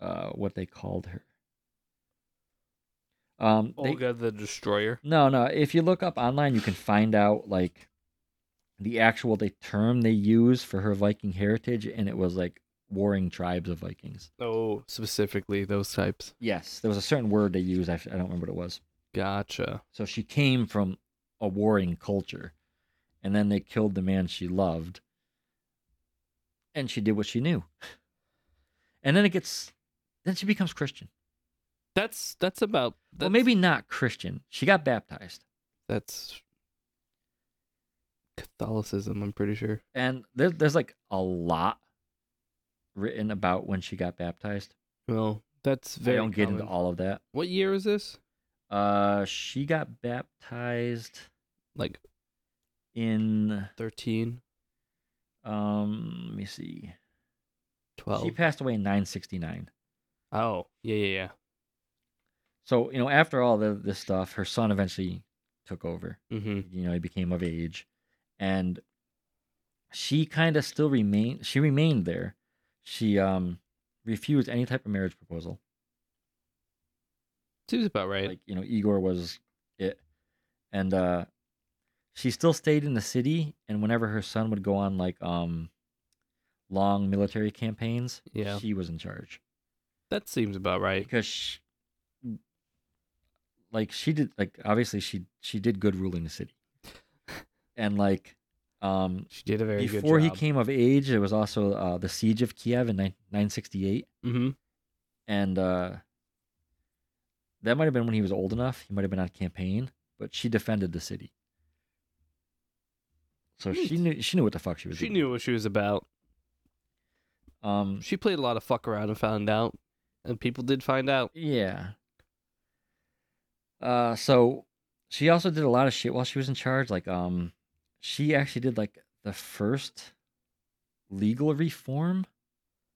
uh, what they called her. Um, they-
Olga the Destroyer.
No, no. If you look up online, you can find out like the actual the term they use for her Viking heritage, and it was like warring tribes of Vikings.
Oh, specifically those types.
Yes, there was a certain word they used. I, f- I don't remember what it was.
Gotcha.
So she came from a warring culture, and then they killed the man she loved, and she did what she knew. And then it gets, then she becomes Christian.
That's that's about. That's,
well, maybe not Christian. She got baptized.
that's Catholicism. I'm pretty sure.
and there, there's like a lot written about when she got baptized.
Well, that's very.
I don't get into
common.
all of that.
What year is this?
Uh, she got baptized
Like
in
13,
um. Let me see.
12.
She passed away in 969.
oh, yeah, yeah, yeah.
So you know, after all the, this stuff, her son eventually took over.
Mm-hmm.
You know, he became of age, and she kind of still remained. She remained there. She um refused any type of marriage proposal.
Seems about right.
like you know igor was it and uh she still stayed in the city and whenever her son would go on like um long military campaigns
Yeah.
she was in charge
that seems about right.
because she, like she did like obviously she she did good ruling the city and like um
She did a very good
before he
job.
came of age there was also uh the siege of kiev in 9- 968
Mm-hmm.
and uh that might have been when he was old enough. He might have been on campaign, but she defended the city. So she
Neat.
knew she knew what the fuck she was
She
doing.
knew what she was about.
Um
She played a lot of fuck around and found out, and people did find out.
yeah. Uh so she also did a lot of shit while she was in charge like um she actually did like the first legal reform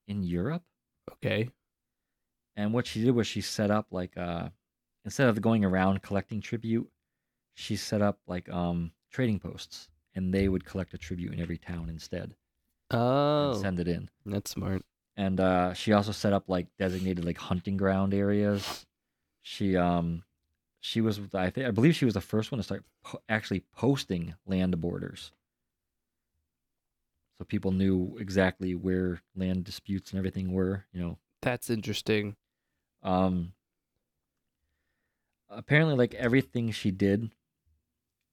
in Europe.
Okay.
And what she did was she set up like uh instead of going around collecting tribute, she set up like um trading posts and they would collect a tribute in every town instead
Oh,
and send it in.
that's smart.
And uh she also set up like designated like hunting ground areas. She um she was I think I believe she was the first one to start po- actually posting land borders. So people knew exactly where land disputes and everything were, you know,
That's interesting.
Um, apparently, like everything she did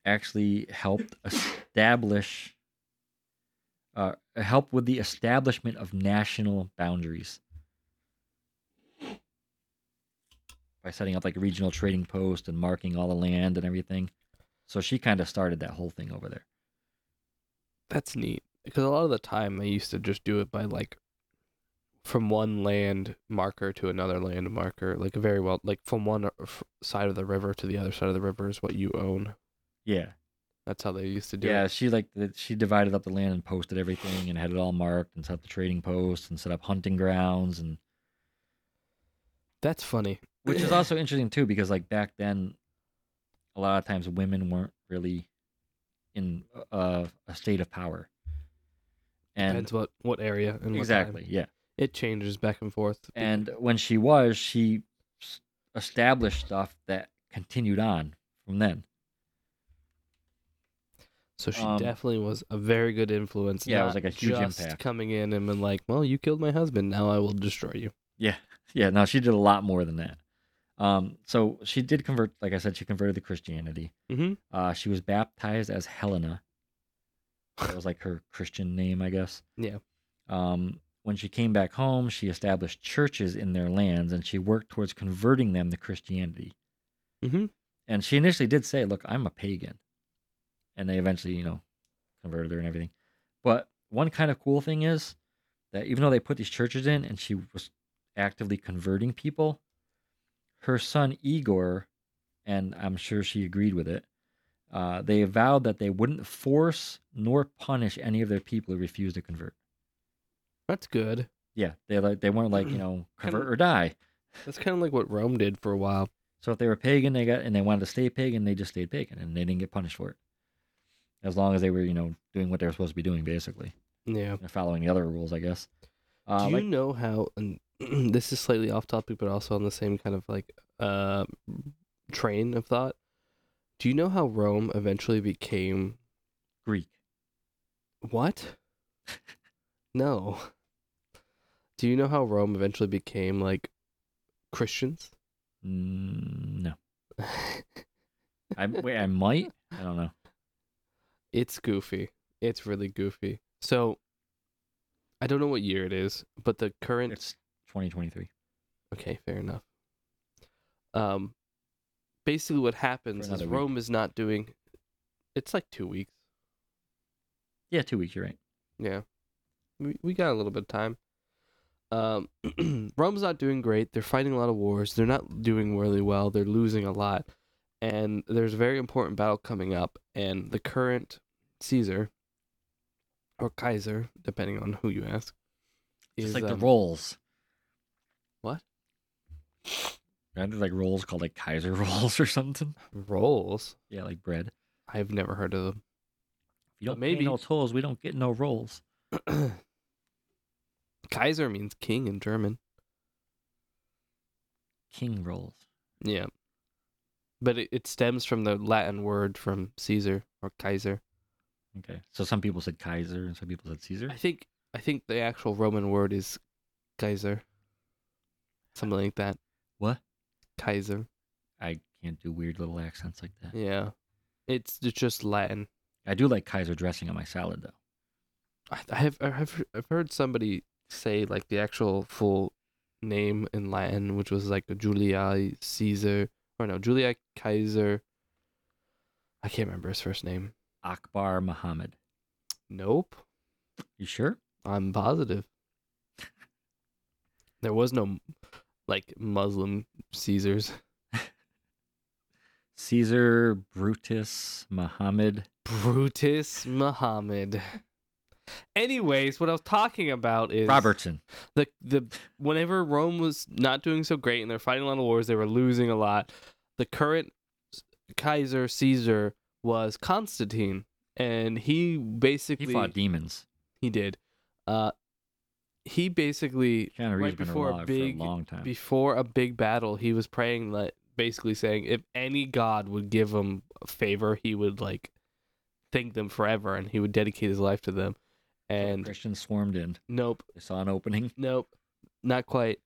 actually helped establish, uh, help with the establishment of national boundaries by setting up like regional trading posts and marking all the land and everything. So she kind of started that whole thing over there.
That's neat. Because a lot of the time, I used to just do it by like from one land marker to another land marker, like very well, like from one uh, f- side of the river to the other side of the river is what you own.
Yeah.
That's how they used to do
Yeah,
it.
she like th- she divided up the land and posted everything and had it all marked and set up the trading posts and set up hunting grounds and
That's funny.
which is also interesting too because like back then a lot of times women weren't really in uh, a state of power and
Depends what what area and what time.
exactly yeah
it changes back and forth.
and when she was she s- established stuff that continued on from then
So she
Um,
definitely was a very good influence.
Yeah, it was,
not
like, a huge
just
impact.
Coming in and been like, "Well, you killed my husband. Now I will destroy you."
yeah yeah no she did a lot more than that Um, so she did convert. Like I said, she converted to Christianity.
Mm-hmm.
Uh, she was baptized as Helena. That was like her Christian name, I guess.
Yeah.
Um, when she came back home, she established churches in their lands and she worked towards converting them to Christianity.
Mhm.
And she initially did say, Look, I'm a pagan. And they eventually, you know, converted her and everything. But one kind of cool thing is that even though they put these churches in and she was actively converting people, her son Igor, and I'm sure she agreed with it, uh, they vowed that they wouldn't force nor punish any of their people who refused to convert.
That's good.
Yeah, they like they weren't like you know convert or die.
That's kind of like what Rome did for a while.
So if they were pagan, they got and they wanted to stay pagan, they just stayed pagan and they didn't get punished for it, as long as they were you know doing what they were supposed to be doing basically
Yeah.
and following the other rules, I guess. Uh,
Do you
like,
know how? And this is slightly off topic, but also on the same kind of like uh, train of thought. Do you know how Rome eventually became
Greek.
what? no. Do you know how Rome eventually became like Christians?
Mm, no, I wait, I might. I don't know.
It's goofy. It's really goofy. So I don't know what year it is, but the current
It's 2023
Okay, fair enough. Um basically what happens is
another week.
Rome is not doing it's like 2 weeks.
yeah two weeks you're right
Yeah. We we got a little bit of time. Um Rome's not doing great. They're fighting a lot of wars. They're not doing really well. They're losing a lot. And there's a very important battle coming up and the current Caesar or Kaiser, depending on who you ask.
It's like the
um,
rolls
what?
Aren't there like rolls called like Kaiser rolls or something?
rolls.
Yeah, like bread. If
I've never heard of them.
you
But
don't
maybe-
pay no tolls, we don't get no rolls.
Kaiser means king in German.
King rolls.
Yeah. But it, it stems from the Latin word from Caesar or Kaiser.
Okay. So some people said Kaiser and some people said Caesar.
I think I think the actual Roman word is Kaiser. Something like that.
What?
Kaiser.
I can't do weird little accents like that.
Yeah. It's it's just Latin.
I do like Kaiser dressing on my salad though.
I, I have I have I've heard somebody say like the actual full name in Latin, which was like Julii Caesar or no Julii Kaiser. I can't remember his first name.
Akbar Muhammad.
Nope,
You sure?
I'm positive. There was no like Muslim Caesars.
Caesar, Brutus, Muhammad.
Brutus Muhammad. Anyways, what I was talking about is
Robertson.
the the whenever Rome was not doing so great and they're fighting a lot of wars, they were losing a lot. The current s- Kaiser Caesar was Constantine, and he
He
basically
fought demons.
he did. Uh, he basically
Keanu Reeves
right
been
before a
alive
big
for a long time.
before a big battle, he was praying that basically saying if any god would give him a favor, he would like thank them forever, and he would dedicate his life to them.
So the
And
Christians swarmed in.
nope,
They saw an opening.
Nope, not quite.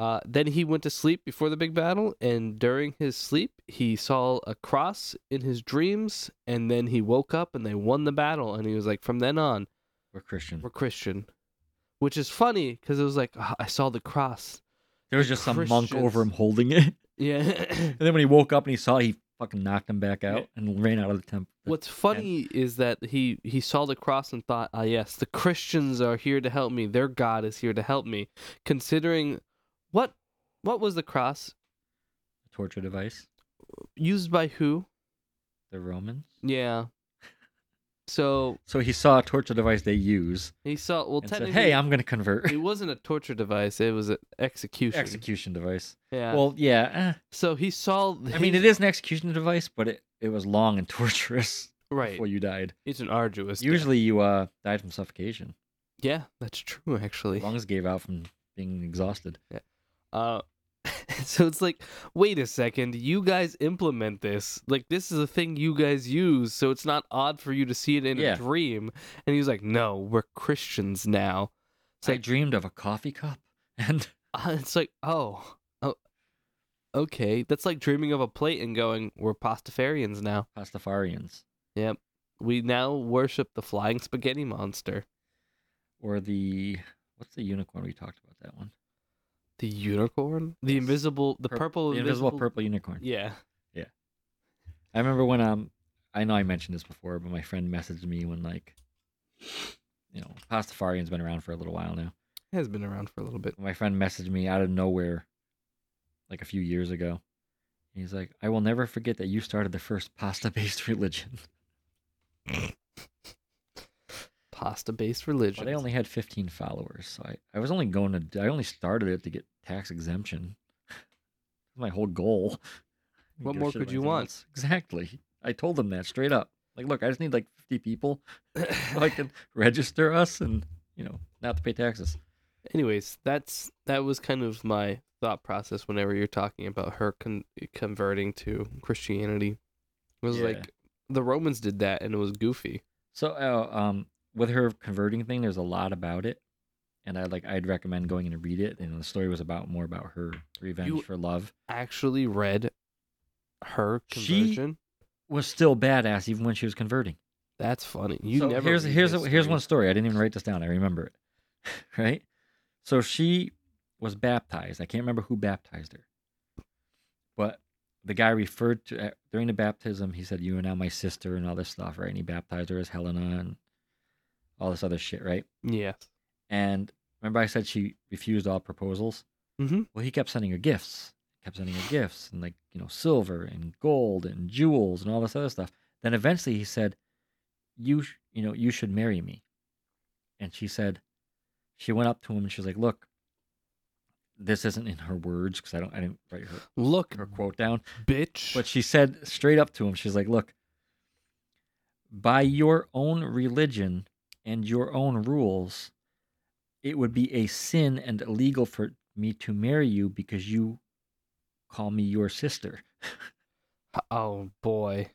Uh, then he went to sleep before the big battle, and during his sleep, he saw a cross in his dreams, and then he woke up and they won the battle. And he was like, from then on,
We're Christian.
we're Christian. Which is funny because it was like, "Ah, I saw the cross.
there was just some monk over him
Christians.
holding it.
Yeah.
And then when he woke up and he saw, it, he fucking knocked him back out and ran out of the temple.
What's funny is that he, he saw the cross and thought, ah, yes, the Christians are here to help me. Their God is here to help me. Considering what what was the cross
torture device?
used by who?
The Romans.
Yeah. So
So he saw a torture device they use
he saw. Well,
and said,
technically,
"Hey, I'm gonna convert."
it wasn't a torture device. It was an execution.
execution device.
Yeah.
Well, yeah.
so he saw.
eh. I mean, it is an execution device, but it, it was long and torturous
right.
before you died.
It's an arduous. death.
Usually, you uh died from suffocation.
Yeah, that's true. Actually.
Lungs gave out from being exhausted.
Uh, so it's like, wait a second. You guys implement this. Like this is a thing you guys use. So it's not odd for you to see it in
Yeah.
a dream. And he was like, "No, we're Christians now." It's
I
like,
dreamed of a coffee cup, and
it's like, oh, oh, okay, that's like dreaming of a plate and going, we're Pastafarians now.
Pastafarians
We now worship the flying spaghetti monster,
or the what's the unicorn we talked about that one?
the unicorn, the
Yes.
invisible, the
Purp-
purple,
the invisible, purple unicorn.
Yeah.
I remember when um I know I mentioned this before, but my friend messaged me when like you know, Pastafarian's been around for a little while now.
It has been around for a little bit.
My friend messaged me out of nowhere like a few years ago. And he's like, I will never forget that you started the first pasta based religion.
Pasta based
But
religion.
I only had fifteen followers, so I, I was only going to I only started it to get tax exemption. my whole goal. I didn't
What
give a
more
shit
could
about
you
anything
want?
else. Exactly. I told them that straight up. Like, look, I just need like fifty people. so I can register us and you know not to pay taxes.
Anyways, that's that was kind of my thought process whenever you're talking about her con- converting to Christianity. It was
Yeah.
like the Romans did that and it was goofy.
So uh, um, with her converting thing, there's a lot about it, and I like I'd recommend going and read it. And the story was about more about her revenge
You-
for love
Actually read her
She-
conversion.
was still badass even when she was converting.
That's funny. You
so
never
here's
read
here's
this
a, here's
story.
one story. I didn't even write this down. I remember it. right. So she was baptized. I can't remember who baptized her, but the guy referred to uh, during the baptism. He said, "You are now my sister," and all this stuff, right? And he baptized her as Helena and all this other shit, right?
Yes.
And remember, I said she refused all proposals.
Mhm.
Well, he kept sending her gifts, kept sending her gifts, and like you know, silver and gold and jewels and all this other stuff. Then eventually, he said, "You, sh- you know, you should marry me." And she said, she went up to him and she was like, "Look, this isn't in her words because I don't, I didn't write her
Look,
her quote down."
bitch.
But she said straight up to him, she's like, Look, by your own religion and your own rules, it would be a sin and illegal for me to marry you because you call me your sister.
oh boy.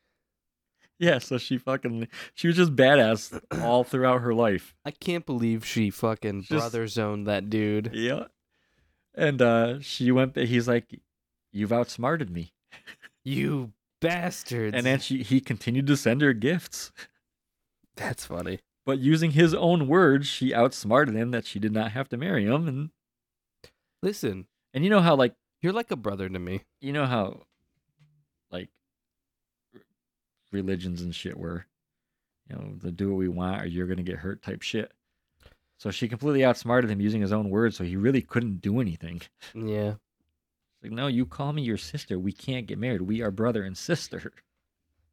Yeah, so she fucking, she was just badass all throughout her life.
I can't believe she fucking
Just-
brother zoned that dude.
Yeah. And uh she went, he's like, You've outsmarted me.
You bastards.
And then she, he continued to send her gifts.
that's funny.
But using his own words, she outsmarted him that she did not have to marry him. And
Listen,
and you know how like
you're like a brother to me.
you know how like r- religions and shit were, you know, the do what we want or you're gonna get hurt type shit. So she completely outsmarted him using his own words, so he really couldn't do anything. She's
Yeah.
like, no, you call me your sister. We can't get married. We are brother and sister.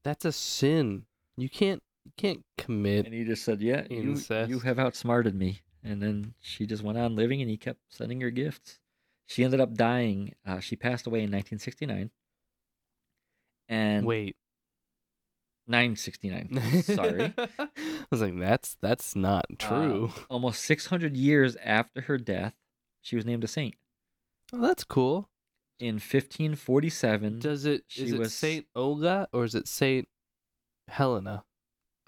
That's a sin. You can't you can't
And
commit.
he just said, yeah, you, you
Incest.
have outsmarted me. And then she just went on living, and he kept sending her gifts. She ended up dying. Uh, she passed away in 1969. And
Wait.
969. Sorry.
I was like, that's that's not true.
Uh, almost 600 years after her death, she was named a saint.
oh, that's cool.
In 1547,
Does it
mm-hmm. she
is it
was-
Saint Olga or is it Saint Helena?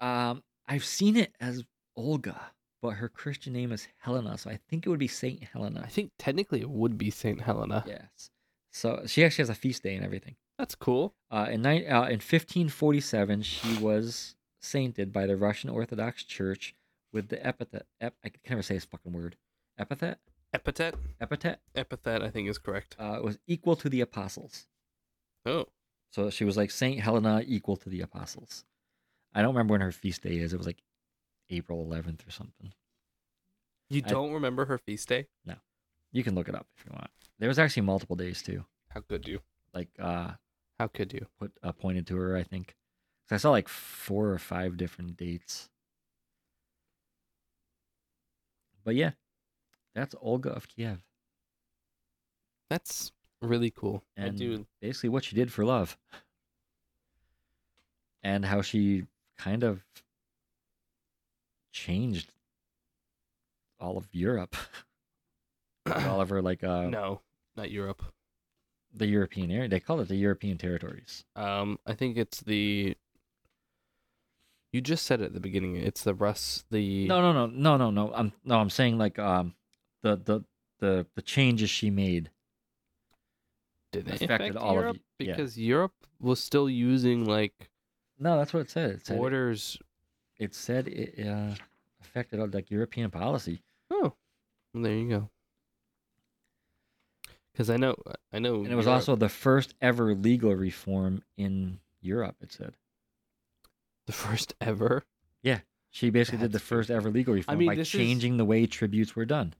um, I've seen it as Olga, but her Christian name is Helena, so I think it would be Saint
I
Helena.
think technically it would be Saint Helena.
Yes. So she actually has a feast day and everything.
That's cool.
Uh, in, nine uh, in 1547, she was sainted by the Russian Orthodox Church with the epithet. Ep- I can never say this fucking word. Epithet?
Epithet.
Epithet?
Epithet, I think is correct.
Uh, was equal to the apostles.
Oh,
So she was like Saint Helena equal to the apostles. I don't remember when her feast day is. It was like April 11th or something.
you
I-
don't remember her feast day?
You can look it up if you want. There was actually multiple days too.
How could you?
Like uh,
How could you?
put uh, pointed to her, I think. 'Cause I saw like four or five different dates. But yeah, that's Olga of Kiev.
That's really cool. I
And
do.
basically what she did for love. And how she kind of changed all of Europe. all of her like uh
no, not Europe.
the European area. They call it the European territories.
Um, I think it's the. You just said it at the beginning. It's the Russ. The
No, no, no, no, no, no. I'm no, I'm saying like um, the the the the changes she made
Did it
affected
affect
all of
Europe?
you- yeah.
Because Europe was still using like
No, that's what it said. It said it,
borders.
it said it, uh, affected all, like European policy.
Oh, well, there you go. Because I know, I know,
And it was
Europe-
also the first ever legal reform in Europe, it said.
the first ever.
She basically did the
That's
first ever legal reform
mean,
by
this is-
changing the way tributes were done.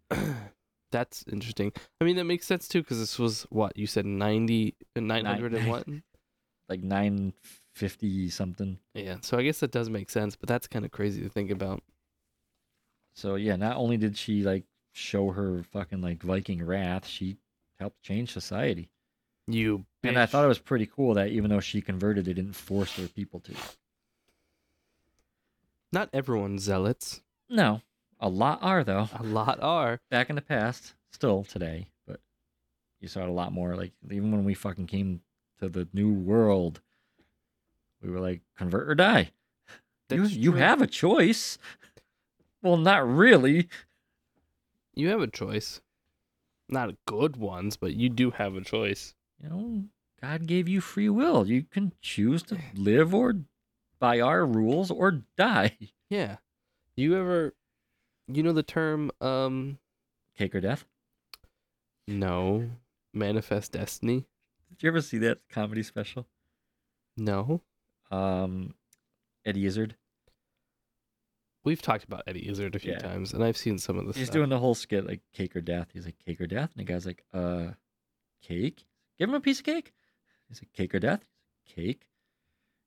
That's interesting. I mean, that makes sense too, because this was what you said 90, 901?
Like 950 something.
yeah, so I guess that does make sense, but that's kind of crazy to think about.
So yeah, not only did she like show her fucking like Viking wrath, she helped change society.
You bitch.
And I thought it was pretty cool that even though she converted, they didn't force their people to.
not everyone zealots.
No, a lot are though.
A lot are.
Back in the past, still today, but you saw it a lot more. Like even when we fucking came to the new world, we were like convert or die. You
That's
you
true.
have a choice. Well, not really.
you have a choice. Not good ones, but you do have a choice.
you know, God gave you free will. You can choose to live or by our rules or die.
Yeah. You ever you know the term um
Cake or death.
no manifest destiny?
Did you ever see that comedy special?
No.
Um, Eddie Izzard.
We've talked about Eddie Izzard a few
Yeah.
times and I've seen some of this.
He's doing the whole skit like cake or death. He's like cake or death, and the guy's like, uh, cake. Give him a piece of cake. He's like cake or death. He's like, cake,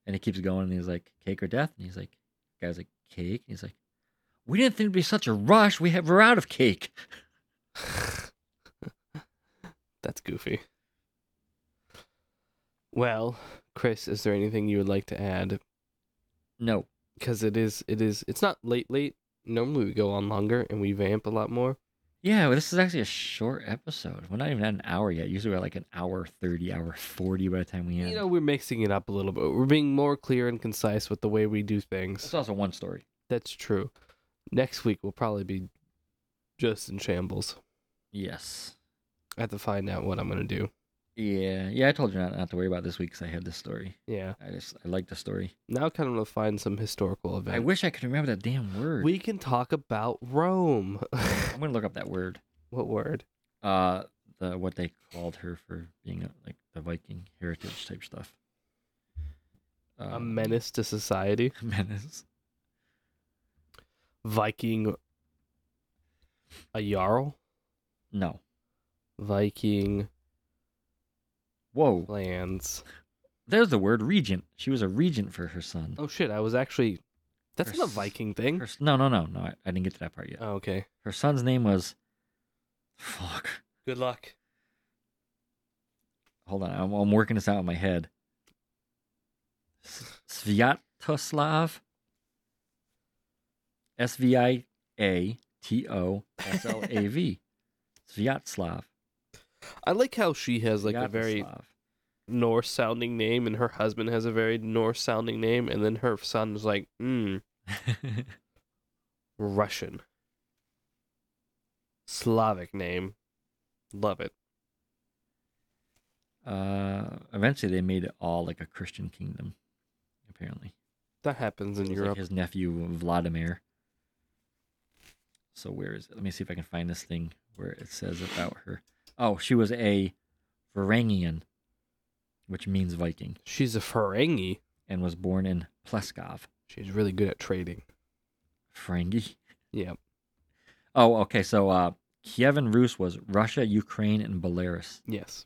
and he keeps going, and he's like cake or death, and he's like, guy's like cake, and he's like, we didn't think it'd be such a rush. We have we're out of cake.
That's goofy. Well, Chris, is there anything you would like to add?
No,
Because it is, it is, it's not late, late. Normally we go on longer and we vamp a lot more.
Yeah, well, this is actually a short episode. We're not even at an hour yet. Usually we're at like an hour 30, hour 40 by the time we end.
You know, we're mixing it up a little bit. We're being more clear and concise with the way we do
it's
things.
also one story.
That's true. Next week we'll probably be just in shambles.
Yes.
I have to find out what I'm gonna do.
Yeah. Yeah, I told you not, not to worry about this week because I had this story.
Yeah.
I just, I like the story.
Now I kind of wanna find some historical event.
I wish I could remember that damn word.
we can talk about Rome.
I'm going to look up that word.
what word?
Uh, the What they called her for being a, like the Viking heritage type stuff.
A
Um,
menace to society.
Menace.
Viking. A jarl.
No.
Viking
Whoa.
lands.
There's the word regent. She was a regent for her son.
Oh shit! I was actually. That's not a
Pers-
Viking thing.
Her s- no, no, no, no. I, I didn't get to that part yet.
Oh, okay.
Her son's name was. Fuck.
Good luck.
Hold on. I'm, I'm working this out in my head. S- Sviatoslav. S V I A T O S L A V. Sviatoslav.
I like how she has like a very
Sviatoslav.
Norse sounding name, and her husband has a very Norse sounding name, and then her son is like, mm, Russian. Slavic name. Love it.
uh, eventually, they made it all like a Christian kingdom, apparently.
That happens in
It was, like,
Europe.
his nephew Vladimir. So where is it? Let me see if I can find this thing where it says about her. Oh, she was a Varangian, which means Viking,
She's a Ferengi.
and was born in Pleskov,
She's really good at trading.
Ferengi.
Yeah.
Oh, okay. So uh, Kievan Rus was Russia, Ukraine, and Belarus.
Yes.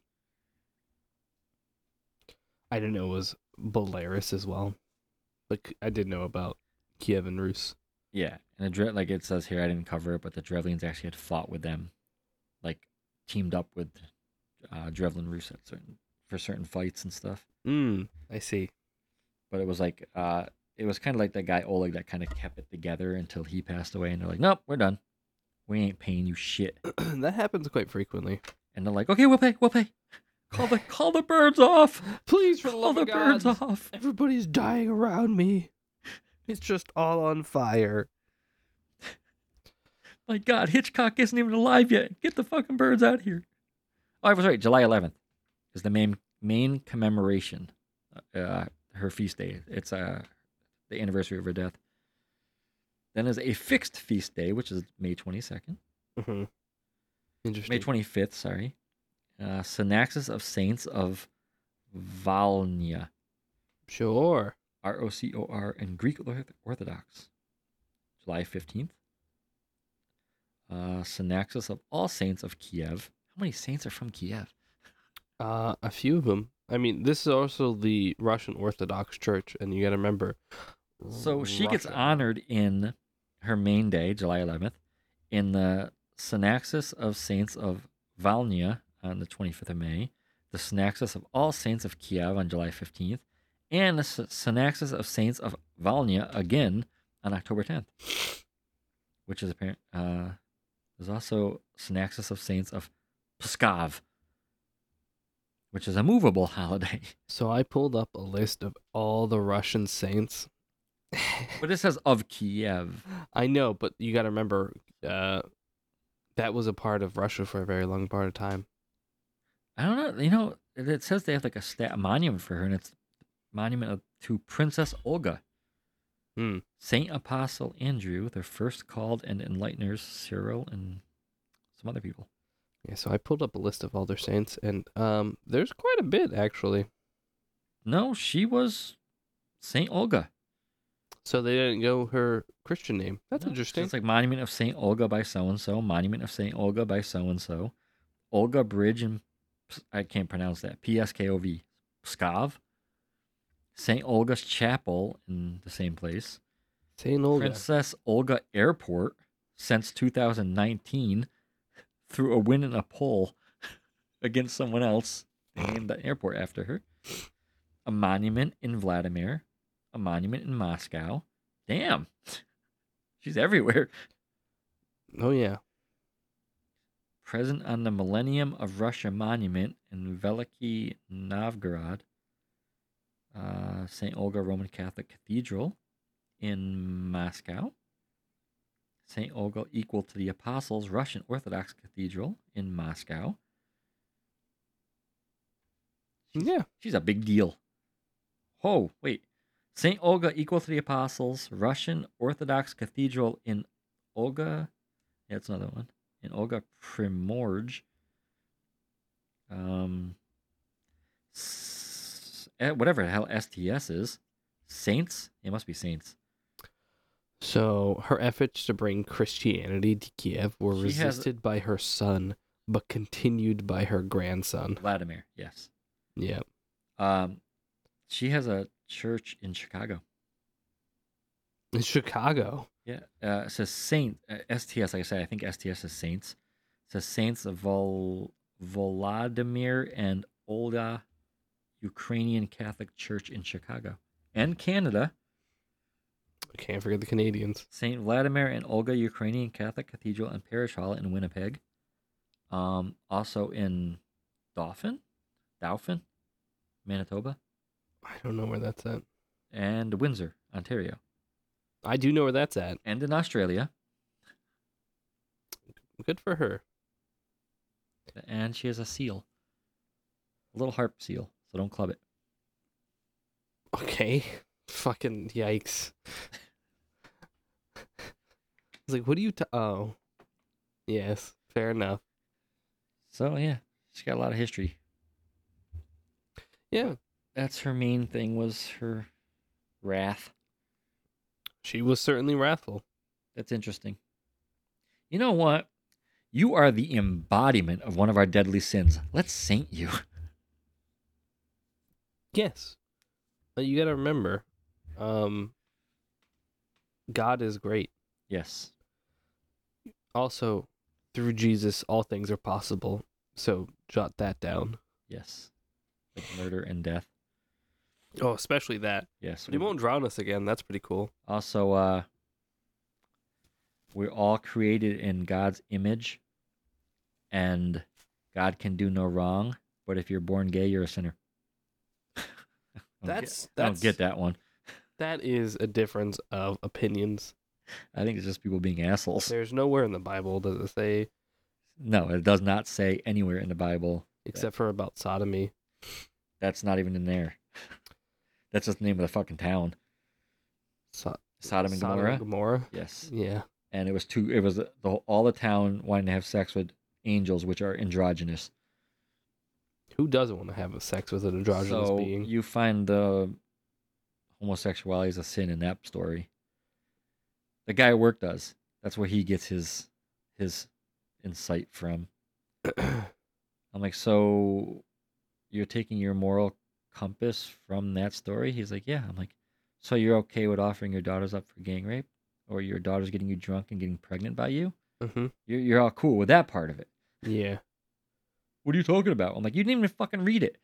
I didn't know it was Belarus as well, but c- I did know about Kiev and Rus.
Yeah, and the Dre- like it says here, I didn't cover it, but the Drevlians actually had fought with them, like teamed up with uh, Drevlin Rus at certain for certain fights and stuff. Hmm.
Mm, I see.
but it was like uh it was kind of like that guy Oleg that kind of kept it together until he passed away and they're like nope we're done we ain't paying you shit
that happens quite frequently.
and they're like okay we'll pay we'll pay call the call the birds off
Please, for the
call
love
the
of God,
birds off
Everybody's dying around me. It's just all on fire.
my god Hitchcock isn't even alive yet get the fucking birds out here oh I was right July 11th is the main main commemoration, uh, her feast day. It's uh, the anniversary of her death. Then is a fixed feast day, which is May twenty second,
Mhm. Interesting.
May twenty fifth. Sorry, uh, Synaxis of Saints of Valnia,
Sure.
R O C O R, and Greek Orth- Orthodox, July fifteenth. Uh, Synaxis of All Saints of Kiev. How many saints are from Kiev?
Uh, a few of them. I mean, this is also the Russian Orthodox Church, and you got to remember.
So she gets
Russia.
honored in her main day, July 11th, in the Synaxis of Saints of Valnia on the 25th of May, the Synaxis of All Saints of Kiev on July 15th, and the Sy- Synaxis of Saints of Valnia again on October 10th, which is apparent. Uh, there's also Synaxis of Saints of Pskov, which is a movable holiday.
So I pulled up a list of all the Russian saints.
but it says of Kiev.
I know, but you got to remember, uh, that was a part of Russia for a very long part of time.
I don't know. You know, it- it says they have like a stat monument for her, and it's monument of, to Princess Olga,
Hmm.
Saint Apostle Andrew, their first called and enlighteners Cyril and some other people.
Yeah. So I pulled up a list of all their saints, and um, there's quite a bit actually.
No, she was Saint Olga.
So they didn't go her Christian name. That's
No,
interesting.
It's like monument of Saint Olga by so and so, monument of Saint Olga by so and so, Olga Bridge and I can't pronounce that. P S K O V, Pskov. Saint Olga's Chapel in the same place.
Saint Olga.
Princess Olga Airport since 2019 through a win in a poll against someone else. They named the airport after her. A monument in Vladimir, a monument in Moscow. Damn, she's everywhere.
Oh yeah.
Present on the Millennium of Russia monument in Veliki Novgorod, uh, St. Olga Roman Catholic Cathedral in Moscow, St. Olga equal to the Apostles Russian Orthodox Cathedral in Moscow.
Yeah.
She's a big deal. Oh, wait. St. Olga equal to the Apostles Russian Orthodox Cathedral in Olga. Yeah, it's another one. In Olga Primorge. Um, s- eh, whatever the hell STS is. Saints? It must be saints.
So her efforts to bring Christianity to Kiev were
She has-
resisted by her son, but continued by her grandson.
Vladimir, yes.
Yeah.
Um, she has a church in Chicago.
In Chicago.
Yeah, uh, it says Saint uh, STS. Like I said, I think STS is Saints. It says Saints of Vol- Volodymyr and Olga, Ukrainian Catholic Church in Chicago and Canada.
I can't forget the Canadians.
Saint Vladimir and Olga Ukrainian Catholic Cathedral and Parish Hall in Winnipeg. Um, also in Dauphin, Dauphin, Manitoba,
I don't know where that's at.
and Windsor, Ontario,
I do know where that's at.
and in Australia.
Good for her.
and she has a seal, a little harp seal. So don't club it.
Okay. Fucking yikes. It's like, what do you? T- oh. Yes. Fair enough.
So yeah, she's got a lot of history.
Yeah.
That's her main thing was her wrath.
She was certainly wrathful.
That's interesting. You know what? You are the embodiment of one of our deadly sins. Let's saint you.
Yes. But you got to remember, um, God is great.
Yes.
Also, through Jesus, all things are possible. So jot that down.
Yes. Like murder and death.
Oh, especially that.
Yes.
But he
we-
won't drown us again. That's pretty cool.
Also, uh, we're all created in God's image, and God can do no wrong. But if you're born gay, you're a sinner. I don't get-
That's
I
that's
don't get that one.
that is a difference of opinions.
I think it's just people being assholes.
There's nowhere in the Bible does it say
No, it does not say anywhere in the Bible.
except for about sodomy.
That's not even in there. That's just the name of the fucking town,
So-
Sodom and Gomorrah.
Gomorrah.
Yes,
Yeah.
and it was two. It was the, whole- all the town wanting to have sex with angels, which are androgynous.
Who doesn't want to have sex with an androgynous
so
being?
you find the homosexuality is a sin in that story. The guy at work does. That's where he gets his his insight from. I'm like, so you're taking your moral compass from that story? He's like, yeah. I'm like, so you're okay with offering your daughters up for gang rape, or your daughters getting you drunk and getting pregnant by you?
hmm
You're you're all cool with that part of it.
Yeah.
What are you talking about? I'm like, you didn't even fucking read it.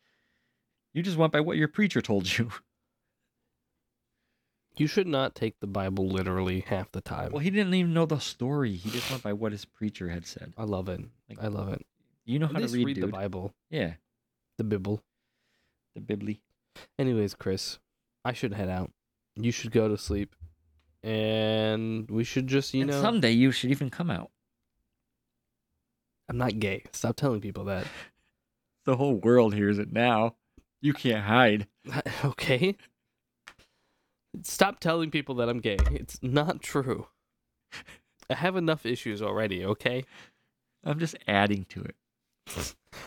You just went by what your preacher told you.
You should not take the Bible literally half the time.
Well, he didn't even know the story. He just went by what his preacher had said.
I love it.
Like,
I love it.
You know
At
how to
least
read,
read the
dude.
Bible,
Yeah,
the Bible.
the Bibli.
Anyways, Chris, I should head out. You should go to sleep, and we should just, you
and
know,
someday you should even come out.
I'm not gay. Stop telling people that.
The whole world hears it now. You can't hide.
okay. Stop telling people that I'm gay. It's not true. I have enough issues already. Okay.
I'm just adding to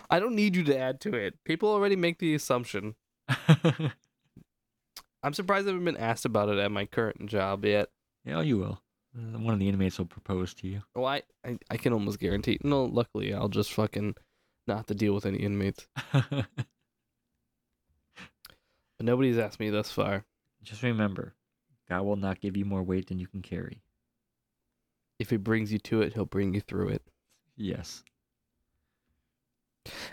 I don't need you to add to it. People already make the assumption.
it.
I'm surprised I haven't been asked about it at my current job yet.
yeah, you will. Uh, One of the inmates will propose to you.
Well, Oh, I, I, I can almost guarantee. No, luckily, I'll just fucking not have to deal with any inmates. But nobody's asked me thus far.
just remember, God will not give you more weight than you can carry.
If he brings you to it, he'll bring you through it.
Yes.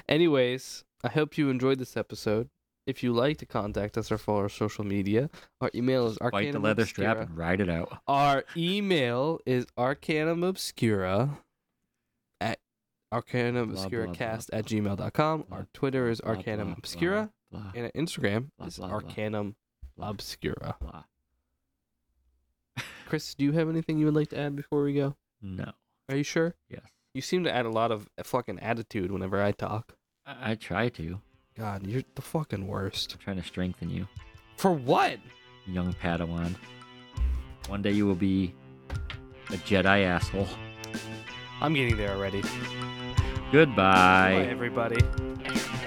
Anyways, I hope you enjoyed this episode. If you like to contact us or follow our social media, our email is
Bite the
Arcanum
leather strap
Obscura.
and ride it out.
Our email is Arcanum Obscura at Arcanum
Blah,
Obscura
blah,
cast
blah,
at gmail.com.
blah,
Our Twitter is
blah, blah,
Arcanum
blah,
Obscura.
blah,
And our Instagram
blah,
is
blah, blah,
Arcanum
blah,
Obscura.
blah.
Chris, do you have anything you would like to add before we go?
No.
Are you sure?
Yes.
You seem to add a lot of fucking attitude whenever I talk.
I, I try to.
God, you're the fucking worst.
I'm trying to strengthen you,
For what?
young Padawan. One day you will be a Jedi asshole.
I'm getting there already.
Goodbye.
Bye, everybody.